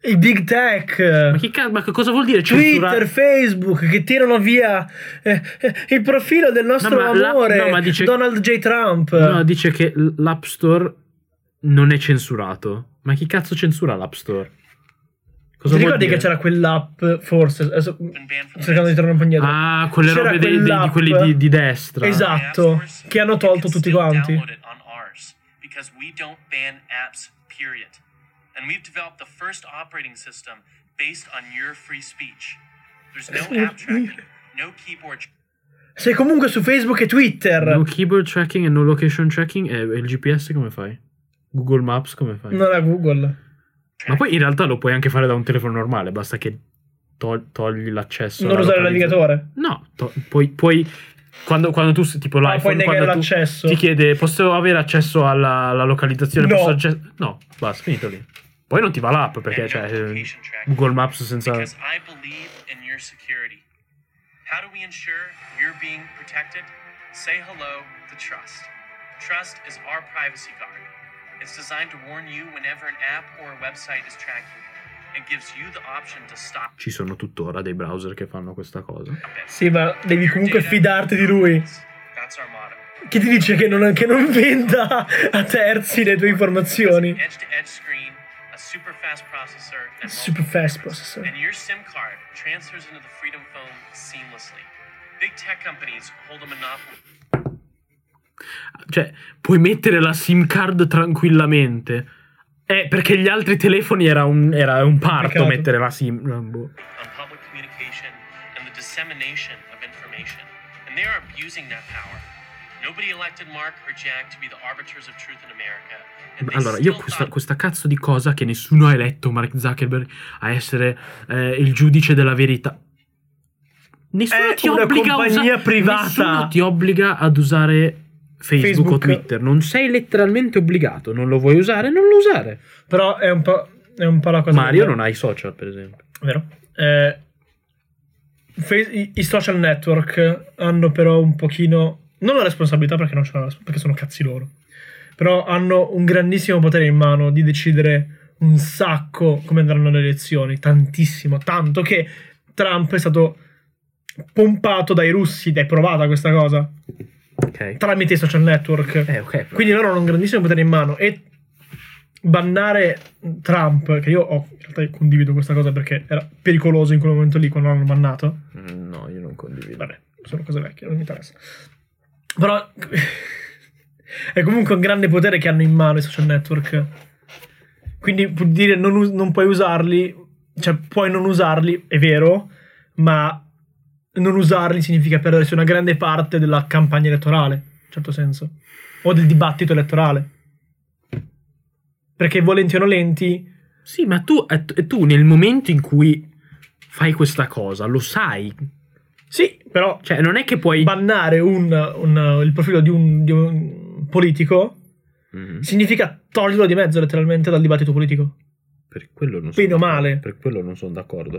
Speaker 1: Il Big Tech.
Speaker 2: Ma, chi ca- ma che cosa vuol dire censura?
Speaker 1: Twitter, Facebook che tirano via eh, eh, il profilo del nostro
Speaker 2: No, ma la-
Speaker 1: amore
Speaker 2: no, ma dice-
Speaker 1: Donald J. Trump.
Speaker 2: No, dice che l- l'App Store non è censurato. Ma chi cazzo censura l'App Store? Cosa
Speaker 1: Ti
Speaker 2: vuol
Speaker 1: ricordi
Speaker 2: dire?
Speaker 1: che c'era quell'app, forse? Adesso,
Speaker 4: Been banned from the
Speaker 1: cercando di tornare un po' indietro.
Speaker 2: Ah, quelle
Speaker 1: C'era
Speaker 2: robe dei- dei- di
Speaker 1: quell'app.
Speaker 2: quelli di, di destra.
Speaker 1: Esatto, che hanno tolto tutti quanti.
Speaker 4: Because we don't ban apps, period. And we've developed the first operating system based on your free speech. There's no app tracking, no keyboard
Speaker 1: Sei comunque su Facebook e Twitter.
Speaker 2: No keyboard tracking e no location tracking. E e il GPS come fai? Google Maps come fai?
Speaker 1: Non è Google.
Speaker 2: Ma poi in realtà lo puoi anche fare da un telefono normale, basta che tol- togli l'accesso.
Speaker 1: non
Speaker 2: alla
Speaker 1: usare il
Speaker 2: localizza-
Speaker 1: navigatore.
Speaker 2: No, to- puoi, puoi- quando, quando tu s- tipo
Speaker 1: Ah,
Speaker 2: l'iPhone
Speaker 1: puoi negare
Speaker 2: quando tu
Speaker 1: l'accesso.
Speaker 2: ti chiede posso avere accesso alla, alla localizzazione?
Speaker 1: No.
Speaker 2: Posso acce- Esatto. no, basta, finito lì. Poi non ti va l'app perché
Speaker 4: And
Speaker 2: cioè,
Speaker 4: no
Speaker 2: eh,
Speaker 4: location tracking.
Speaker 2: Google Maps senza
Speaker 4: Because I believe in your security. How do we ensure you're being protected? Say hello to Trust. Trust is our privacy guard. It's designed to warn you whenever an app or a website is tracking you and gives you the option to stop
Speaker 2: ci sono tuttora dei browser che fanno questa cosa.
Speaker 4: it.
Speaker 1: Sì, ma devi comunque
Speaker 4: Data
Speaker 1: fidarti di lui.
Speaker 4: That's our motto.
Speaker 1: Che ti dice che non, che non venda a terzi le tue informazioni.
Speaker 4: Edge to edge screen, a super fast processor, and
Speaker 1: Super
Speaker 4: multiple
Speaker 1: fast
Speaker 4: cameras.
Speaker 1: processor.
Speaker 4: And your SIM card transfers into the Freedom Phone seamlessly. Big tech companies hold a monopoly.
Speaker 2: Cioè, puoi mettere la SIM card tranquillamente. Eh, perché gli altri telefoni era un, era un parto
Speaker 1: Peccato.
Speaker 2: mettere la SIM. boh.
Speaker 4: on public communication and the dissemination of information, and they are abusing that power. Nobody elected Mark or Jack to be the arbiters of truth in America. And they
Speaker 2: Allora, io
Speaker 4: still
Speaker 2: questa,
Speaker 4: thought
Speaker 2: questa cazzo di cosa che nessuno ha eletto Mark Zuckerberg a essere eh, il giudice della verità. Nessuno
Speaker 1: È
Speaker 2: ti
Speaker 1: una
Speaker 2: obbliga a
Speaker 1: compagnia
Speaker 2: usa-
Speaker 1: privata.
Speaker 2: Nessuno ti obbliga ad usare Facebook, o
Speaker 1: Facebook.
Speaker 2: Twitter. Non sei letteralmente obbligato. Non lo vuoi usare, non lo usare.
Speaker 1: Però è un po', è un po' la cosa.
Speaker 2: Mario non ha i social, per esempio.
Speaker 1: Vero. Eh, Face- i, I social network hanno però un pochino. Non la responsabilità perché non ce l'hanno la resp- perché sono cazzi loro. Però hanno un grandissimo potere in mano di decidere un sacco come andranno le elezioni. Tantissimo. Tanto che Trump è stato pompato dai russi ed è provata questa cosa
Speaker 2: Ok.
Speaker 1: tramite i social network.
Speaker 2: Eh, ok. però-
Speaker 1: Quindi loro hanno un grandissimo potere in mano e bannare Trump, che io ho, in realtà io condivido questa cosa perché era pericoloso in quel momento lì quando l'hanno bannato.
Speaker 2: Mm, No, io non condivido.
Speaker 1: Vabbè, sono cose vecchie, non mi interessa. Però (laughs) è comunque un grande potere che hanno in mano i social network. Quindi vuol dire non, us- non puoi usarli, cioè puoi non usarli, è vero, ma non usarli significa perdersi una grande parte della campagna elettorale, in certo senso, o del dibattito elettorale. Perché volenti o nolenti,
Speaker 2: Sì, ma tu, eh, tu- tu nel momento in cui fai questa cosa lo sai.
Speaker 1: sì, però
Speaker 2: Cioè, non è che puoi...
Speaker 1: bannare un- un- il profilo di un, di un politico
Speaker 5: Mhm.
Speaker 1: significa toglierlo di mezzo letteralmente dal dibattito politico.
Speaker 5: Per quello non
Speaker 1: Bene o
Speaker 5: sono
Speaker 1: male.
Speaker 5: Per quello non sono d'accordo.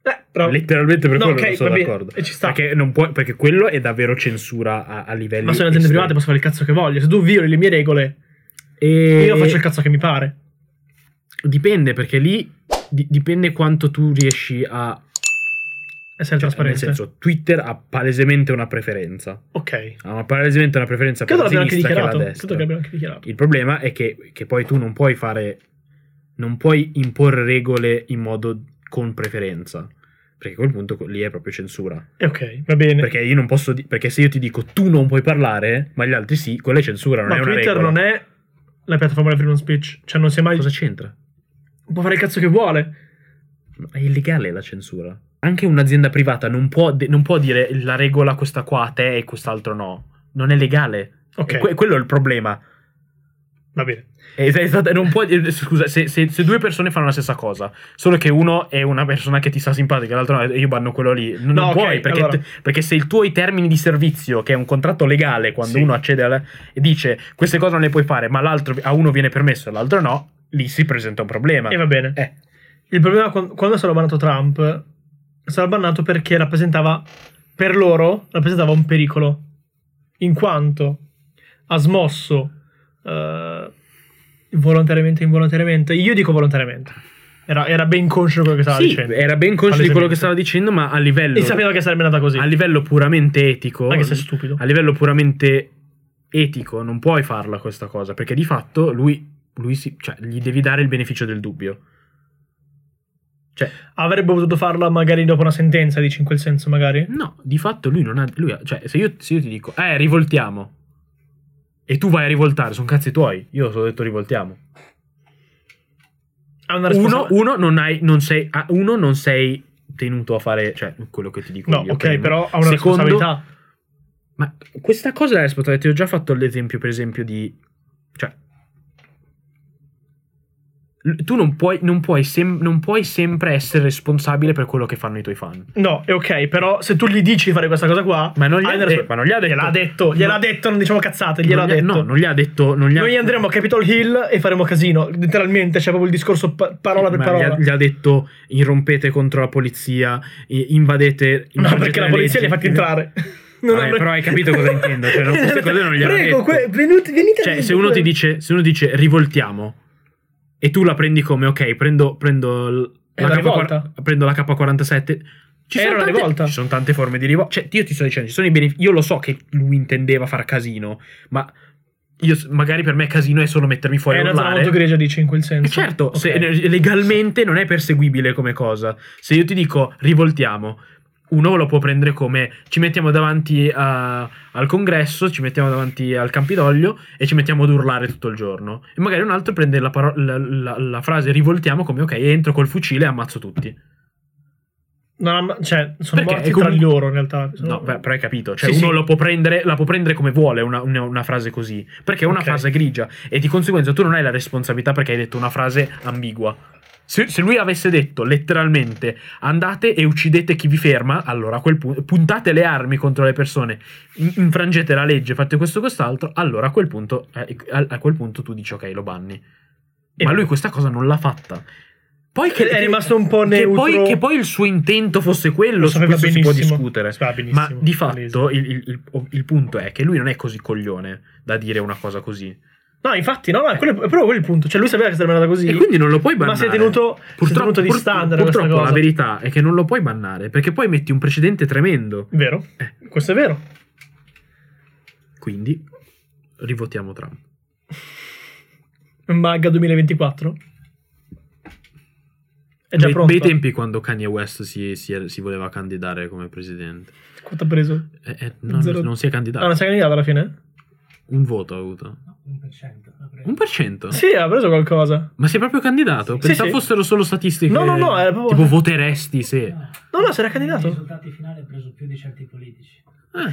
Speaker 1: Eh, però...
Speaker 5: Letteralmente per
Speaker 1: No,
Speaker 5: quello
Speaker 1: ok,
Speaker 5: non sono
Speaker 1: va bene,
Speaker 5: d'accordo.
Speaker 1: e ci sta.
Speaker 5: Perché, non puoi, perché quello è davvero censura a, a livelli.
Speaker 1: Ma sono aziende
Speaker 5: estremi.
Speaker 1: private, posso fare il cazzo che voglio. Se tu violi le mie regole,
Speaker 5: Eh,
Speaker 2: E...
Speaker 1: io faccio il cazzo che mi pare.
Speaker 2: Dipende, perché lì di- dipende quanto tu riesci a...
Speaker 1: Essere
Speaker 5: Cioè, nel
Speaker 1: trasparente.
Speaker 5: senso, Twitter ha palesemente una preferenza.
Speaker 1: ok.
Speaker 5: Ha una- palesemente una preferenza
Speaker 1: Credo
Speaker 5: per la
Speaker 1: l'abbiamo anche
Speaker 5: sinistra che
Speaker 1: dichiarato.
Speaker 5: la destra.
Speaker 1: Credo che l'abbiamo anche dichiarato.
Speaker 5: Il problema è che, che poi tu non puoi fare. Non puoi imporre regole in modo con preferenza. Perché a quel punto co- lì è proprio censura.
Speaker 1: Eh, ok, va bene.
Speaker 5: Perché io non posso. di- perché se io ti dico tu non puoi parlare, ma gli altri sì, quella è censura, non
Speaker 1: Ma
Speaker 5: è una
Speaker 1: Twitter
Speaker 5: regola.
Speaker 1: non è la piattaforma del freedom speech. Cioè, non si è mai.
Speaker 5: Cosa c'entra?
Speaker 1: Può fare il cazzo che vuole.
Speaker 5: Ma È illegale la censura. Anche un'azienda privata non può, de- non può dire la regola questa qua a te e quest'altro no. Non è legale.
Speaker 1: Ok,
Speaker 5: E que- quello è il problema.
Speaker 1: va bene.
Speaker 5: È- è stata- non può- eh, scusa, se, se- se due persone fanno la stessa cosa, solo che uno è una persona che ti sta simpatica, l'altro no, io banno quello lì. Non
Speaker 1: No, ok,
Speaker 5: puoi, perché,
Speaker 1: allora.
Speaker 5: perché se il tuo i termini di servizio, che è un contratto legale, quando
Speaker 1: Sì.
Speaker 5: uno accede alla- e dice queste cose non le puoi fare, ma l'altro, a uno viene permesso e all'altro no, lì si presenta un problema.
Speaker 1: E va bene.
Speaker 5: Eh.
Speaker 1: Il problema quan- quando sarà bannato Trump, sarà bannato perché rappresentava per loro rappresentava un pericolo. In quanto ha smosso eh, volontariamente involontariamente. Io dico volontariamente. Era, era ben conscio di quello che stava
Speaker 2: Sì,
Speaker 1: dicendo.
Speaker 2: era ben conscio di quello
Speaker 1: Palesemente.
Speaker 2: che stava dicendo, ma a livello,
Speaker 1: E sapeva che sarebbe andata così.
Speaker 2: a livello puramente etico...
Speaker 1: Anche se è stupido.
Speaker 2: a livello puramente etico non puoi farla questa cosa perché di fatto lui, lui si- cioè, gli devi dare il beneficio del dubbio
Speaker 1: Avrebbe potuto farla magari dopo una sentenza, dici in quel senso, magari.
Speaker 2: no di fatto lui non ha, lui ha- cioè se io, se io ti dico eh rivoltiamo e tu vai a rivoltare sono cazzi tuoi io ho detto rivoltiamo
Speaker 1: Ha una
Speaker 2: uno,
Speaker 1: responsabilità.
Speaker 2: uno non hai non sei ah, uno non sei tenuto a fare cioè quello che ti dico
Speaker 1: No,
Speaker 2: io
Speaker 1: ok,
Speaker 2: prima.
Speaker 1: però ha una
Speaker 2: Secondo-
Speaker 1: responsabilità.
Speaker 2: Ma questa cosa è responsabile. Ti ho già fatto l'esempio, per esempio, di. Cioè. l- Tu non puoi, non puoi sem- non puoi sempre essere responsabile per quello che fanno i tuoi fan.
Speaker 1: No, è ok, però se tu gli dici di fare questa cosa qua,
Speaker 2: Ma non gli ha
Speaker 1: hai una
Speaker 2: detto-
Speaker 1: respons-
Speaker 2: ma non gli ha detto.
Speaker 1: Gliel'ha detto, gliel'ha
Speaker 2: No.
Speaker 1: detto, non diciamo cazzate, gliel'ha
Speaker 2: Non gli ha-
Speaker 1: detto.
Speaker 2: No, non gli ha detto. Non gli ha,
Speaker 1: Noi andremo a Capitol Hill e faremo casino, letteralmente, c'è proprio il discorso pa- parola per
Speaker 2: ma
Speaker 1: parola.
Speaker 2: Gli ha, gli ha detto irrompete contro la polizia, i- invadete.
Speaker 1: No,
Speaker 2: infrangete
Speaker 1: perché la
Speaker 2: le
Speaker 1: polizia li ha
Speaker 2: leggi.
Speaker 1: fatti entrare. Non
Speaker 2: (laughs) Vabbè,
Speaker 1: hanno-
Speaker 2: però hai capito cosa intendo, cioè, non- queste cose non gliel'ha
Speaker 1: Prego,
Speaker 2: detto.
Speaker 1: que- venuti- venite
Speaker 2: Cioè, se uno ti dice, se uno dice rivoltiamo e tu la prendi come, ok, prendo, prendo l-
Speaker 1: È
Speaker 2: la,
Speaker 1: una
Speaker 2: K-
Speaker 1: rivolta.
Speaker 2: prendo la K47. Ci
Speaker 1: Era
Speaker 2: sono
Speaker 1: una
Speaker 2: tante,
Speaker 1: rivolta.
Speaker 2: Ci sono tante forme di rivolta. Cioè, io ti sto dicendo, ci sono i benef- Io lo so che lui intendeva far casino, ma io, s- magari per me casino è solo mettermi fuori
Speaker 1: È
Speaker 2: e
Speaker 1: una zona
Speaker 2: urlare.
Speaker 1: Eh, molto grigia, dici, in quel
Speaker 2: Eh,
Speaker 1: senso.
Speaker 2: Certo,
Speaker 1: Ok.
Speaker 2: se- eh, legalmente non è perseguibile come cosa. Se io ti dico rivoltiamo, uno lo può prendere come ci mettiamo davanti a- al congresso, ci mettiamo davanti al Campidoglio e ci mettiamo ad urlare tutto il giorno. E magari un altro prende la, paro- la- la- la frase rivoltiamo come ok, entro col fucile e ammazzo tutti.
Speaker 1: Non ha- cioè, sono
Speaker 2: Perché
Speaker 1: morti
Speaker 2: è com-
Speaker 1: tra loro, in realtà. Sono-
Speaker 2: No, beh, però hai capito. Cioè,
Speaker 1: Sì,
Speaker 2: uno
Speaker 1: sì.
Speaker 2: Lo può prendere, la può prendere come vuole una, una- una frase così. Perché è una
Speaker 1: Ok.
Speaker 2: frase grigia. E di conseguenza tu non hai la responsabilità perché hai detto una frase ambigua. Se, se lui avesse detto letteralmente andate e uccidete chi vi ferma, allora a quel punto puntate le armi contro le persone, in- infrangete la legge, fate questo quest'altro, allora a quel punto, eh, a- a quel punto tu dici ok, lo banni.
Speaker 1: E-
Speaker 2: Ma lui questa cosa non l'ha fatta. Poi che,
Speaker 1: È
Speaker 2: che-
Speaker 1: rimasto un po'
Speaker 2: che poi-
Speaker 1: neutro.
Speaker 2: che poi il suo intento fosse quello,
Speaker 1: Lo
Speaker 2: su
Speaker 1: sapeva
Speaker 2: questo si può
Speaker 1: benissimo.
Speaker 2: discutere.
Speaker 1: Sapeva benissimo,
Speaker 2: Ma di
Speaker 1: palese.
Speaker 2: fatto il, il- il- il punto è che lui non è così coglione da dire una cosa così.
Speaker 1: No, infatti, no, no, quello è è proprio quel punto. Cioè, lui sapeva che sarebbe andata così.
Speaker 2: E quindi non lo puoi
Speaker 1: ma
Speaker 2: bannare.
Speaker 1: si è tenuto, si è tenuto
Speaker 2: pur-
Speaker 1: distante da questa
Speaker 2: purtroppo
Speaker 1: cosa.
Speaker 2: la verità è che non lo puoi bannare perché poi metti un precedente tremendo.
Speaker 1: Vero? Questo è vero.
Speaker 2: Quindi rivotiamo Trump.
Speaker 1: Magga 2024. È già
Speaker 2: Bei-
Speaker 1: pronto.
Speaker 2: bei tempi quando Kanye West si, si- si voleva candidare come presidente.
Speaker 1: Quanto ha preso?
Speaker 2: Eh, eh, non,
Speaker 1: Zero-
Speaker 2: non si è
Speaker 1: Ah, non
Speaker 2: candidato.
Speaker 1: si è candidato alla fine?
Speaker 2: Un voto ha avuto.
Speaker 3: No, 1%. la prego.
Speaker 2: Un per cento?
Speaker 1: Sì, ha preso qualcosa.
Speaker 2: Ma si è proprio candidato?
Speaker 1: Sì,
Speaker 2: Pensavo
Speaker 1: sì.
Speaker 2: fossero solo statistiche.
Speaker 1: No, no, no, era proprio-
Speaker 2: Tipo voteresti, sì.
Speaker 3: No,
Speaker 1: Esatto. No, no, si era candidato.
Speaker 3: I risultati finali ha preso più di certi politici.
Speaker 2: Ah.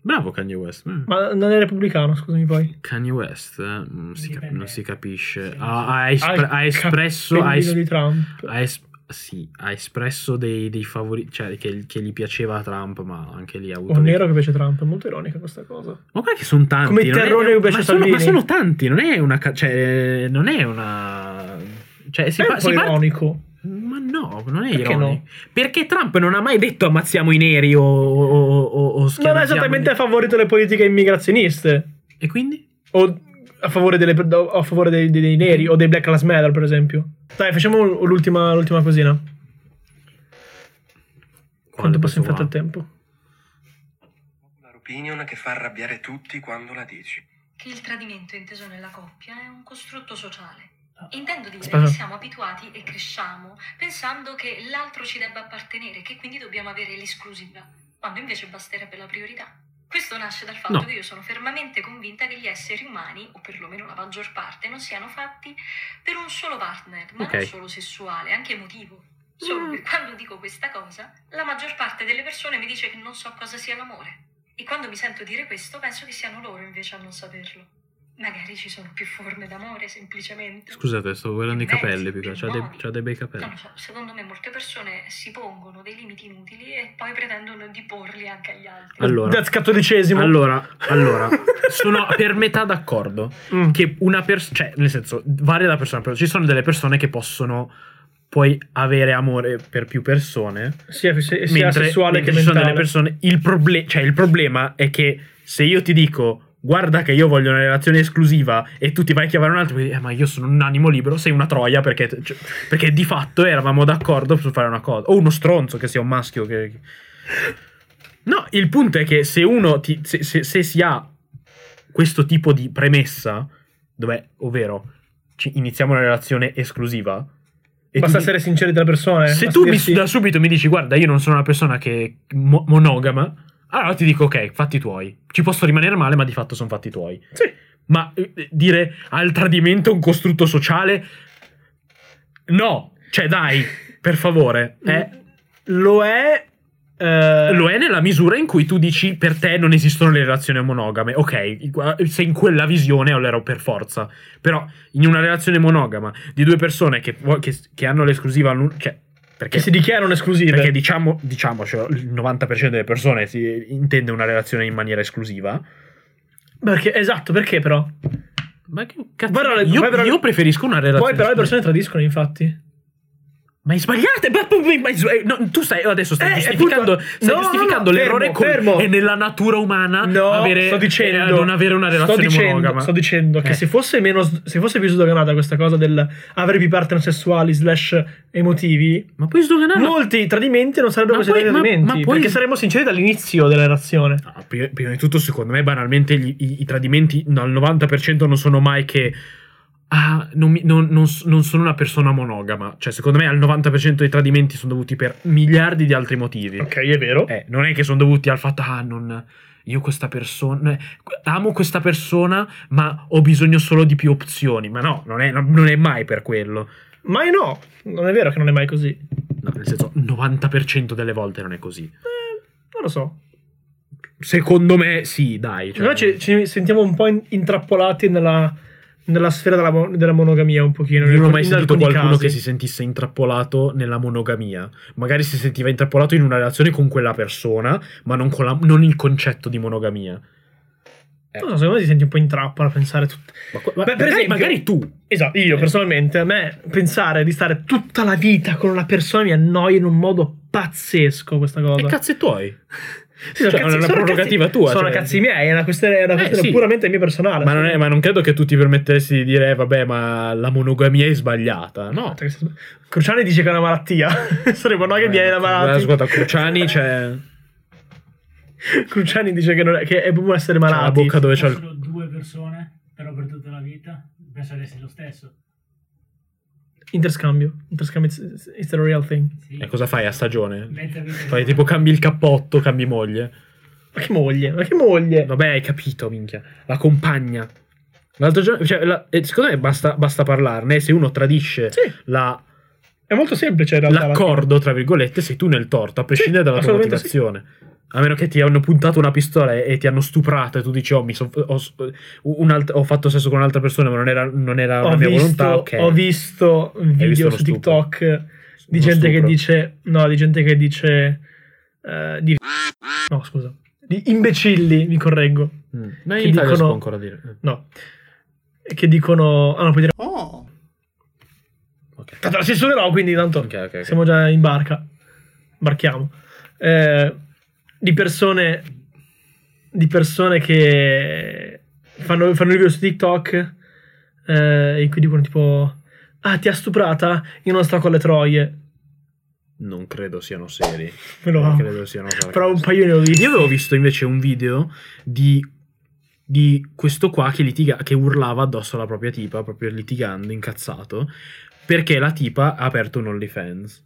Speaker 2: Bravo Kanye West. eh.
Speaker 1: Ma non è repubblicano, scusami poi.
Speaker 2: Kanye West eh, non, si cap-
Speaker 3: Indipendente.
Speaker 2: non si capisce. Ha, ha espre-
Speaker 1: Ah, il
Speaker 2: ha espresso. Ha,
Speaker 1: cappellino
Speaker 2: es-
Speaker 1: di Trump.
Speaker 2: ha es- sì, ha espresso dei, dei favoriti. Cioè, che, che gli piaceva a Trump, ma anche lì ha avuto.
Speaker 1: O
Speaker 2: dei-
Speaker 1: nero che piace Trump, è molto ironica questa cosa.
Speaker 2: Ma guarda che sono tanti.
Speaker 1: Come il
Speaker 2: non è-
Speaker 1: terrore che piace
Speaker 2: ma, sono, ma
Speaker 1: Salvini.
Speaker 2: sono tanti, non è una. ca- Cioè, non è una. Cioè, si
Speaker 1: è
Speaker 2: fa-
Speaker 1: un po'
Speaker 2: si parte-
Speaker 1: ironico.
Speaker 2: Ma no, non è
Speaker 1: Perché
Speaker 2: ironico.
Speaker 1: no?
Speaker 2: Perché Trump non ha mai detto ammazziamo i neri o, o, o, o- o
Speaker 1: Non
Speaker 2: schiavizziamo
Speaker 1: ha
Speaker 2: i
Speaker 1: esattamente
Speaker 2: neri.
Speaker 1: favorito le politiche immigrazioniste.
Speaker 2: E quindi?
Speaker 1: O a favore, delle- o a favore dei, dei- dei neri o dei Black Lives Matter, per esempio. Dai, facciamo l- l'ultima, l'ultima cosina. Quanto passa in fretta il tempo?
Speaker 6: La opinion che fa arrabbiare tutti quando la dici.
Speaker 7: che il tradimento inteso nella coppia è un costrutto sociale.
Speaker 2: Ah.
Speaker 7: Intendo dire
Speaker 1: Aspetta.
Speaker 7: che siamo abituati e cresciamo pensando che l'altro ci debba appartenere, che quindi dobbiamo avere l'esclusiva, quando invece basterebbe la priorità. Questo nasce dal fatto
Speaker 2: No.
Speaker 7: che io sono fermamente convinta che gli esseri umani, o perlomeno la maggior parte, non siano fatti per un solo partner, ma
Speaker 2: Ok. Mm.
Speaker 7: non solo sessuale, anche emotivo. Solo che quando dico questa cosa, la maggior parte delle persone mi dice che non so cosa sia l'amore. E quando mi sento dire questo, penso che siano loro invece a non saperlo. Magari ci sono più forme d'amore, semplicemente.
Speaker 2: Scusate, stavo guardando i
Speaker 7: Più
Speaker 2: capelli,
Speaker 7: mezzi,
Speaker 2: perché
Speaker 7: più
Speaker 2: c'ha dei,
Speaker 7: modi.
Speaker 2: c'ha dei bei
Speaker 7: Non
Speaker 2: capelli.
Speaker 7: lo so, secondo me molte persone si pongono dei limiti inutili e poi pretendono di porli anche agli altri.
Speaker 2: Allora.
Speaker 1: That's cattolicesimo.
Speaker 2: Allora, allora, sono per metà d'accordo
Speaker 1: Mm.
Speaker 2: che una persona, cioè, nel senso, varia da persona a persona. Ci sono delle persone che possono poi avere amore per più persone,
Speaker 1: sia, sia- sia
Speaker 2: mentre,
Speaker 1: sessuale che
Speaker 2: mentre ci sono
Speaker 1: mentale.
Speaker 2: delle persone. Il, proble- cioè, il problema è che se io ti dico guarda che io voglio una relazione esclusiva e tu ti vai a chiamare un altro, mi dici, "Eh, ma io sono un animo libero, sei una troia perché, cioè, perché di fatto eravamo d'accordo su fare una cosa. O uno stronzo che sia un maschio che... No, il punto è che se uno ti- se, se- se si ha questo tipo di premessa, dov'è, ovvero ci- iniziamo una relazione esclusiva, e tu
Speaker 1: Basta
Speaker 2: mi-
Speaker 1: essere sinceri della persona. eh.
Speaker 2: se
Speaker 1: Basta
Speaker 2: tu mi,
Speaker 1: dirsi-
Speaker 2: da subito mi dici, guarda, io non sono una persona che mo- monogama, allora ti dico, ok, fatti tuoi. Ci posso rimanere male, ma di fatto sono fatti tuoi.
Speaker 1: Sì.
Speaker 2: Ma eh, dire al tradimento un costrutto sociale, no, cioè dai, per favore. Eh,
Speaker 1: Lo è... eh,
Speaker 2: lo è nella misura in cui tu dici per te non esistono le relazioni monogame. Ok, se in quella visione allora ero per forza. Però in una relazione monogama di due persone che, che- che hanno l'esclusiva, l'un- cioè, perché
Speaker 1: Che si dichiarano esclusive.
Speaker 2: perché diciamo, diciamocelo, il 90% delle persone si intende una relazione in maniera esclusiva.
Speaker 1: Perché- esatto, perché però?
Speaker 2: Ma che cazzo?
Speaker 1: Poi però le-
Speaker 2: io,
Speaker 1: poi però-
Speaker 2: io preferisco una relazione.
Speaker 1: Poi però le
Speaker 2: esclusiva.
Speaker 1: persone tradiscono, infatti.
Speaker 2: Ma è sbagliata! ma- ma- ma- eh, no, tu stai adesso stai
Speaker 1: Eh,
Speaker 2: giustificando,
Speaker 1: appunto-
Speaker 2: stai
Speaker 1: no,
Speaker 2: giustificando
Speaker 1: no, no,
Speaker 2: l'errore
Speaker 1: fermo,
Speaker 2: con-
Speaker 1: fermo.
Speaker 2: è nella natura umana
Speaker 1: No,
Speaker 2: avere,
Speaker 1: sto dicendo,
Speaker 2: eh, non avere una relazione
Speaker 1: sto dicendo,
Speaker 2: monogama.
Speaker 1: Sto dicendo che
Speaker 2: Eh.
Speaker 1: se fosse meno, se fosse più sdoganata questa cosa del avere più partner sessuali slash emotivi,
Speaker 2: Ma puoi sdoganare?
Speaker 1: molti tradimenti non sarebbero
Speaker 2: Ma
Speaker 1: così
Speaker 2: poi- ma-
Speaker 1: tradimenti.
Speaker 2: ma poi-
Speaker 1: Perché saremmo sinceri dall'inizio della relazione.
Speaker 2: No, pri- prima di tutto, secondo me, banalmente gli- i, i tradimenti no, al 90% non sono mai che. Ah, non, mi- non- non s- non sono una persona monogama. Cioè, secondo me, al 90% dei tradimenti sono dovuti per miliardi di altri motivi.
Speaker 1: Ok, è vero.
Speaker 2: Eh, non è che sono dovuti al fatto, ah, non. Io questa persona. eh, Amo questa persona, ma ho bisogno solo di più opzioni. Ma no, non è, non è mai per quello.
Speaker 1: Ma no, non è vero che non è mai così. Eh,
Speaker 2: No, nel senso, 90% delle volte non è così.
Speaker 1: Eh, non lo so.
Speaker 2: Secondo me, sì, dai. cioè-
Speaker 1: Secondo me ci, ci sentiamo un po' in- intrappolati nella, nella sfera della, mo- della monogamia un pochino.
Speaker 2: Io non ho
Speaker 1: In
Speaker 2: mai sentito
Speaker 1: alcuni
Speaker 2: qualcuno
Speaker 1: casi.
Speaker 2: che si sentisse intrappolato nella monogamia. Magari si sentiva intrappolato in una relazione con quella persona, ma non, con la- non il concetto di monogamia.
Speaker 1: Non so, secondo me ti senti un po' in trappola a pensare tutto.
Speaker 2: Ma, que-
Speaker 1: Beh, per
Speaker 2: magari,
Speaker 1: esempio-
Speaker 2: magari tu.
Speaker 1: Esatto,
Speaker 2: Eh.
Speaker 1: io personalmente, a me pensare di stare tutta la vita con una persona mi annoia in un modo pazzesco questa
Speaker 2: E
Speaker 1: cosa.
Speaker 2: cazzi tuoi.
Speaker 1: Sì, sono
Speaker 2: cioè, non è una
Speaker 1: sono
Speaker 2: prerogativa
Speaker 1: cazzi-
Speaker 2: tua,
Speaker 1: Sono
Speaker 2: cioè.
Speaker 1: cazzi miei, è una questione, è una
Speaker 2: Eh,
Speaker 1: questione
Speaker 2: sì.
Speaker 1: puramente mia personale.
Speaker 2: Ma non, è- ma non credo che tu ti permettessi di dire, eh, vabbè, ma la monogamia è sbagliata. No.
Speaker 1: Cruciani dice che è una malattia. (laughs) Sarebbe no che viene la
Speaker 2: Guarda,
Speaker 1: malattia.
Speaker 2: Eh, Ascolta, Cruciani c'è
Speaker 1: (laughs) Cruciani dice che, non è, che è proprio essere
Speaker 2: c'ha Cioè, la
Speaker 1: malati.
Speaker 2: bocca dove c'è il...
Speaker 3: Fossero due persone, però per tutta la vita, penseresti lo stesso.
Speaker 1: Interscambio. Interscambio, it's, it's a real thing.
Speaker 3: Sì.
Speaker 2: E cosa fai a stagione?
Speaker 3: Mentre avete-
Speaker 2: Fai tipo cambi il cappotto, cambi moglie.
Speaker 1: Ma che moglie, ma che moglie.
Speaker 2: Vabbè, hai capito, minchia. La compagna. L'altro giorno, cioè, la- eh, secondo me basta, basta parlarne. Se uno tradisce
Speaker 1: Sì,
Speaker 2: la-
Speaker 1: è molto semplice in realtà.
Speaker 2: l'accordo, tra virgolette, sei tu nel torto, a prescindere dalla tua
Speaker 1: assolutamente
Speaker 2: motivazione. A meno che ti hanno puntato una pistola e, e ti hanno stuprato e tu dici, oh, mi son- ho, s- un alt- ho fatto sesso con un'altra persona, ma non era, non era
Speaker 1: ho,
Speaker 2: una mia
Speaker 1: visto,
Speaker 2: volontà. Ok.
Speaker 1: ho visto un
Speaker 2: Hai
Speaker 1: video
Speaker 2: visto lo
Speaker 1: su
Speaker 2: stupro.
Speaker 1: TikTok di
Speaker 2: Uno
Speaker 1: gente che
Speaker 2: stupro.
Speaker 1: dice no di gente che dice eh, di no scusa di imbecilli mi correggo
Speaker 2: Mm. No,
Speaker 1: che
Speaker 2: in Italia si
Speaker 1: dicono-
Speaker 2: può ancora dire. Eh,
Speaker 1: no che dicono ah non puoi dire
Speaker 8: Oh.
Speaker 2: Ok.
Speaker 1: tanto la censurerò quindi tanto
Speaker 2: Ok, ok, ok.
Speaker 1: siamo già in barca barchiamo Eh, di persone di persone che fanno, fanno il video su TikTok eh, in cui dicono tipo ah ti ha stuprata io non sto con le troie
Speaker 2: Non credo siano seri.
Speaker 1: Me lo
Speaker 2: Non
Speaker 1: amo.
Speaker 2: credo siano sarcastici.
Speaker 1: però un paio ne ho visti
Speaker 2: Io avevo visto invece un video di, di questo qua che, litiga, che urlava addosso alla propria tipa, proprio litigando, incazzato, perché la tipa ha aperto un OnlyFans.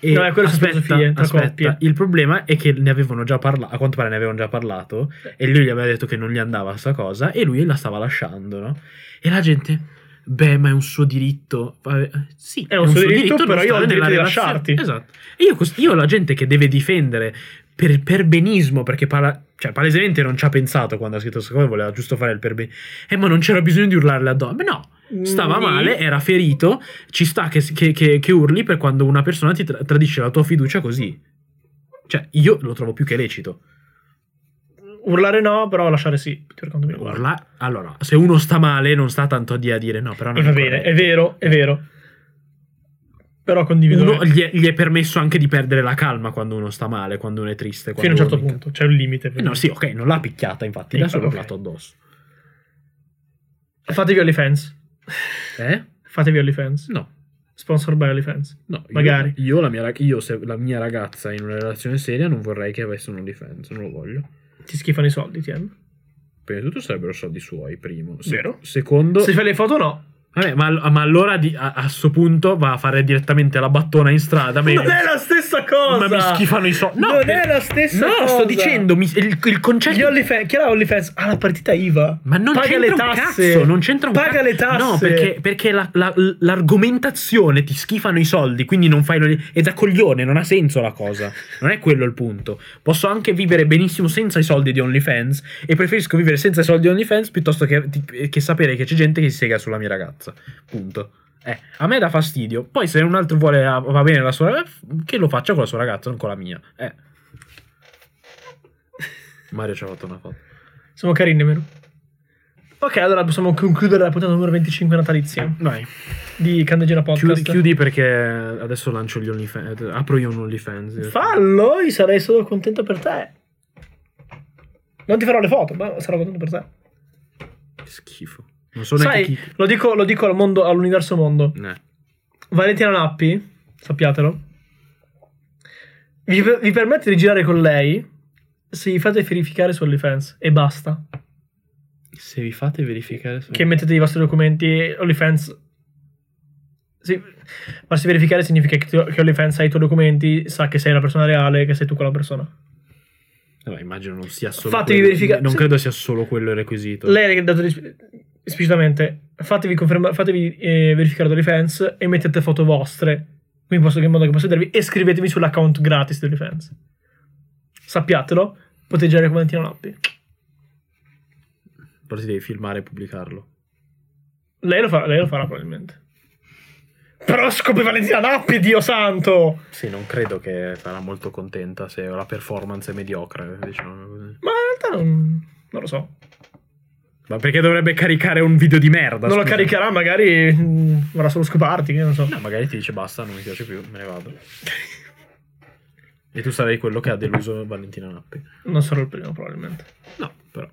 Speaker 2: E
Speaker 1: No, eh, quelle sono filosofie, tra coppie.
Speaker 2: il problema è che ne avevano già parlato, a quanto pare ne avevano già parlato, e lui gli aveva detto che non gli andava sta cosa, e lui la stava lasciando, no? E la gente, beh, ma è un suo diritto. Vabbè, eh, Sì,
Speaker 1: È un suo diritto, però io ho il diritto
Speaker 2: stare nella
Speaker 1: di
Speaker 2: relazione.
Speaker 1: lasciarti.
Speaker 2: Esatto. E io, cos- io la gente che deve difendere per, per benismo, perché pala- cioè, palesemente non ci ha pensato quando ha scritto questa cosa, voleva giusto fare il perbenismo. Eh, ma non c'era bisogno di urlarle addosso. Ma no, stava
Speaker 1: Mm.
Speaker 2: male, era ferito, ci sta che, che- che- che urli per quando una persona ti tra- tradisce la tua fiducia così. Cioè, io lo trovo più che lecito.
Speaker 1: urlare no però lasciare sì per quanto mi riguarda.
Speaker 2: Urla- allora, se uno sta male, non sta tanto a di- a dire no, però
Speaker 1: E
Speaker 2: non
Speaker 1: va
Speaker 2: è
Speaker 1: bene
Speaker 2: corretto.
Speaker 1: è vero è vero però condivido
Speaker 2: Uno
Speaker 1: me.
Speaker 2: gli è, gli è permesso anche di perdere la calma quando uno sta male, quando uno è triste.
Speaker 1: fino a un
Speaker 2: quando
Speaker 1: certo
Speaker 2: uno è in
Speaker 1: punto Eh, c'è un limite
Speaker 2: Eh No, sì, ok, non l'ha picchiata, infatti, l'ha
Speaker 1: Infatti, ok.
Speaker 2: solo urlato addosso.
Speaker 1: fatevi OnlyFans (laughs)
Speaker 2: Eh?
Speaker 1: fatevi OnlyFans
Speaker 2: No.
Speaker 1: sponsor by OnlyFans
Speaker 2: No,
Speaker 1: Magari.
Speaker 2: Io, io la mia, rag- io se la mia ragazza in una relazione seria non vorrei che avesse un difenso, non lo voglio.
Speaker 1: ti schifano i soldi TM
Speaker 2: Prima di tutto sarebbero soldi suoi, primo. Se-
Speaker 1: Vero.
Speaker 2: Secondo...
Speaker 1: se fai le foto no
Speaker 2: Vabbè, ma, all- ma allora di- a, a sto punto va a fare direttamente la battona in strada. ma-
Speaker 1: Non è la stessa cosa.
Speaker 2: Ma mi schifano i soldi. No,
Speaker 1: non
Speaker 2: per-
Speaker 1: è la stessa
Speaker 2: No,
Speaker 1: cosa.
Speaker 2: sto dicendo, mi- il, il concetto...
Speaker 1: Gli OnlyFans, chi ha la OnlyFans? Ha la partita IVA.
Speaker 2: Ma non
Speaker 1: Paga
Speaker 2: c'entra
Speaker 1: le
Speaker 2: un
Speaker 1: tasse.
Speaker 2: cazzo, non c'entra un
Speaker 1: Paga
Speaker 2: cazzo.
Speaker 1: le tasse.
Speaker 2: No, perché, perché la- la- l'argomentazione ti schifano i soldi, quindi non fai. lo- È da coglione, non ha senso la cosa. Non è quello il punto. Posso anche vivere benissimo senza i soldi di OnlyFans. E preferisco vivere senza i soldi di OnlyFans piuttosto che, ti- che sapere che c'è gente che si sega sulla mia ragazza. Punto. Eh, a me dà fastidio. Poi, se un altro vuole ah, va bene la sua. eh, Che lo faccia con la sua ragazza, non con la mia. Eh. Mario ci ha fatto una foto.
Speaker 1: Siamo carini, vero? Ok, allora possiamo concludere la puntata numero 25 natalizia
Speaker 2: Vai.
Speaker 1: di Candegina Podcast.
Speaker 2: Chiudi, chiudi perché adesso lancio gli OnlyFans. eh, Apro io un OnlyFans.
Speaker 1: Fallo, io sarei solo contento per te. Non ti farò le foto, ma sarò contento per te.
Speaker 2: Che Schifo. Non so
Speaker 1: Sai,
Speaker 2: neanche chi.
Speaker 1: lo dico, lo dico al mondo, all'universo mondo.
Speaker 2: Eh.
Speaker 1: Valentina Nappi, sappiatelo, vi, vi permette di girare con lei se vi fate verificare su OnlyFans e basta.
Speaker 2: Se vi fate verificare.
Speaker 1: Che mettete i vostri documenti OnlyFans. Sì, farsi verificare significa che, tu- che OnlyFans ha i tuoi documenti, sa che sei una persona reale, che sei tu quella persona.
Speaker 2: Vabbè, immagino non sia solo.
Speaker 1: Fatevi
Speaker 2: quello-
Speaker 1: verificare-
Speaker 2: Non
Speaker 1: sì.
Speaker 2: credo sia solo quello il requisito.
Speaker 1: Lei ha dato ris- esplicitamente, fatevi, conferma- fatevi eh, verificare da OnlyFans e mettete foto vostre, quindi posso, in modo che possedervi, e scrivetemi sull'account gratis di OnlyFans. Sappiatelo, potete girare con Valentina Nappi.
Speaker 2: Però ti devi filmare e pubblicarlo.
Speaker 1: Lei lo, fa- lei lo farà probabilmente. Però scopre Valentina Nappi, Dio santo!
Speaker 2: Sì, non credo che sarà molto contenta se la performance è mediocre. Diciamo così.
Speaker 1: Ma in realtà non, non lo so.
Speaker 2: Ma perché dovrebbe caricare un video di merda?
Speaker 1: non lo
Speaker 2: scusa?
Speaker 1: caricherà, magari mm, vorrà solo scoparti, che non so.
Speaker 2: No, magari ti dice basta, non mi piace più, me ne (laughs) vado. e tu sarai quello che ha deluso Valentina Nappi.
Speaker 1: Non sarò il primo, probabilmente.
Speaker 2: No, però.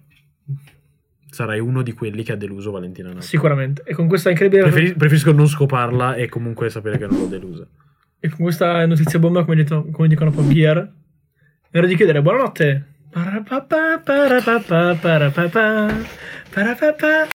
Speaker 2: Sarai uno di quelli che ha deluso Valentina Nappi.
Speaker 1: Sicuramente. E con questa incredibile...
Speaker 2: Preferi- preferisco non scoparla e comunque sapere che non l'ho delusa.
Speaker 1: E con questa notizia bomba, come, detto- come dicono poi Beer, è ora di chiudere. Buonanotte! Parapapà, parapapà, parapapà, parapapà.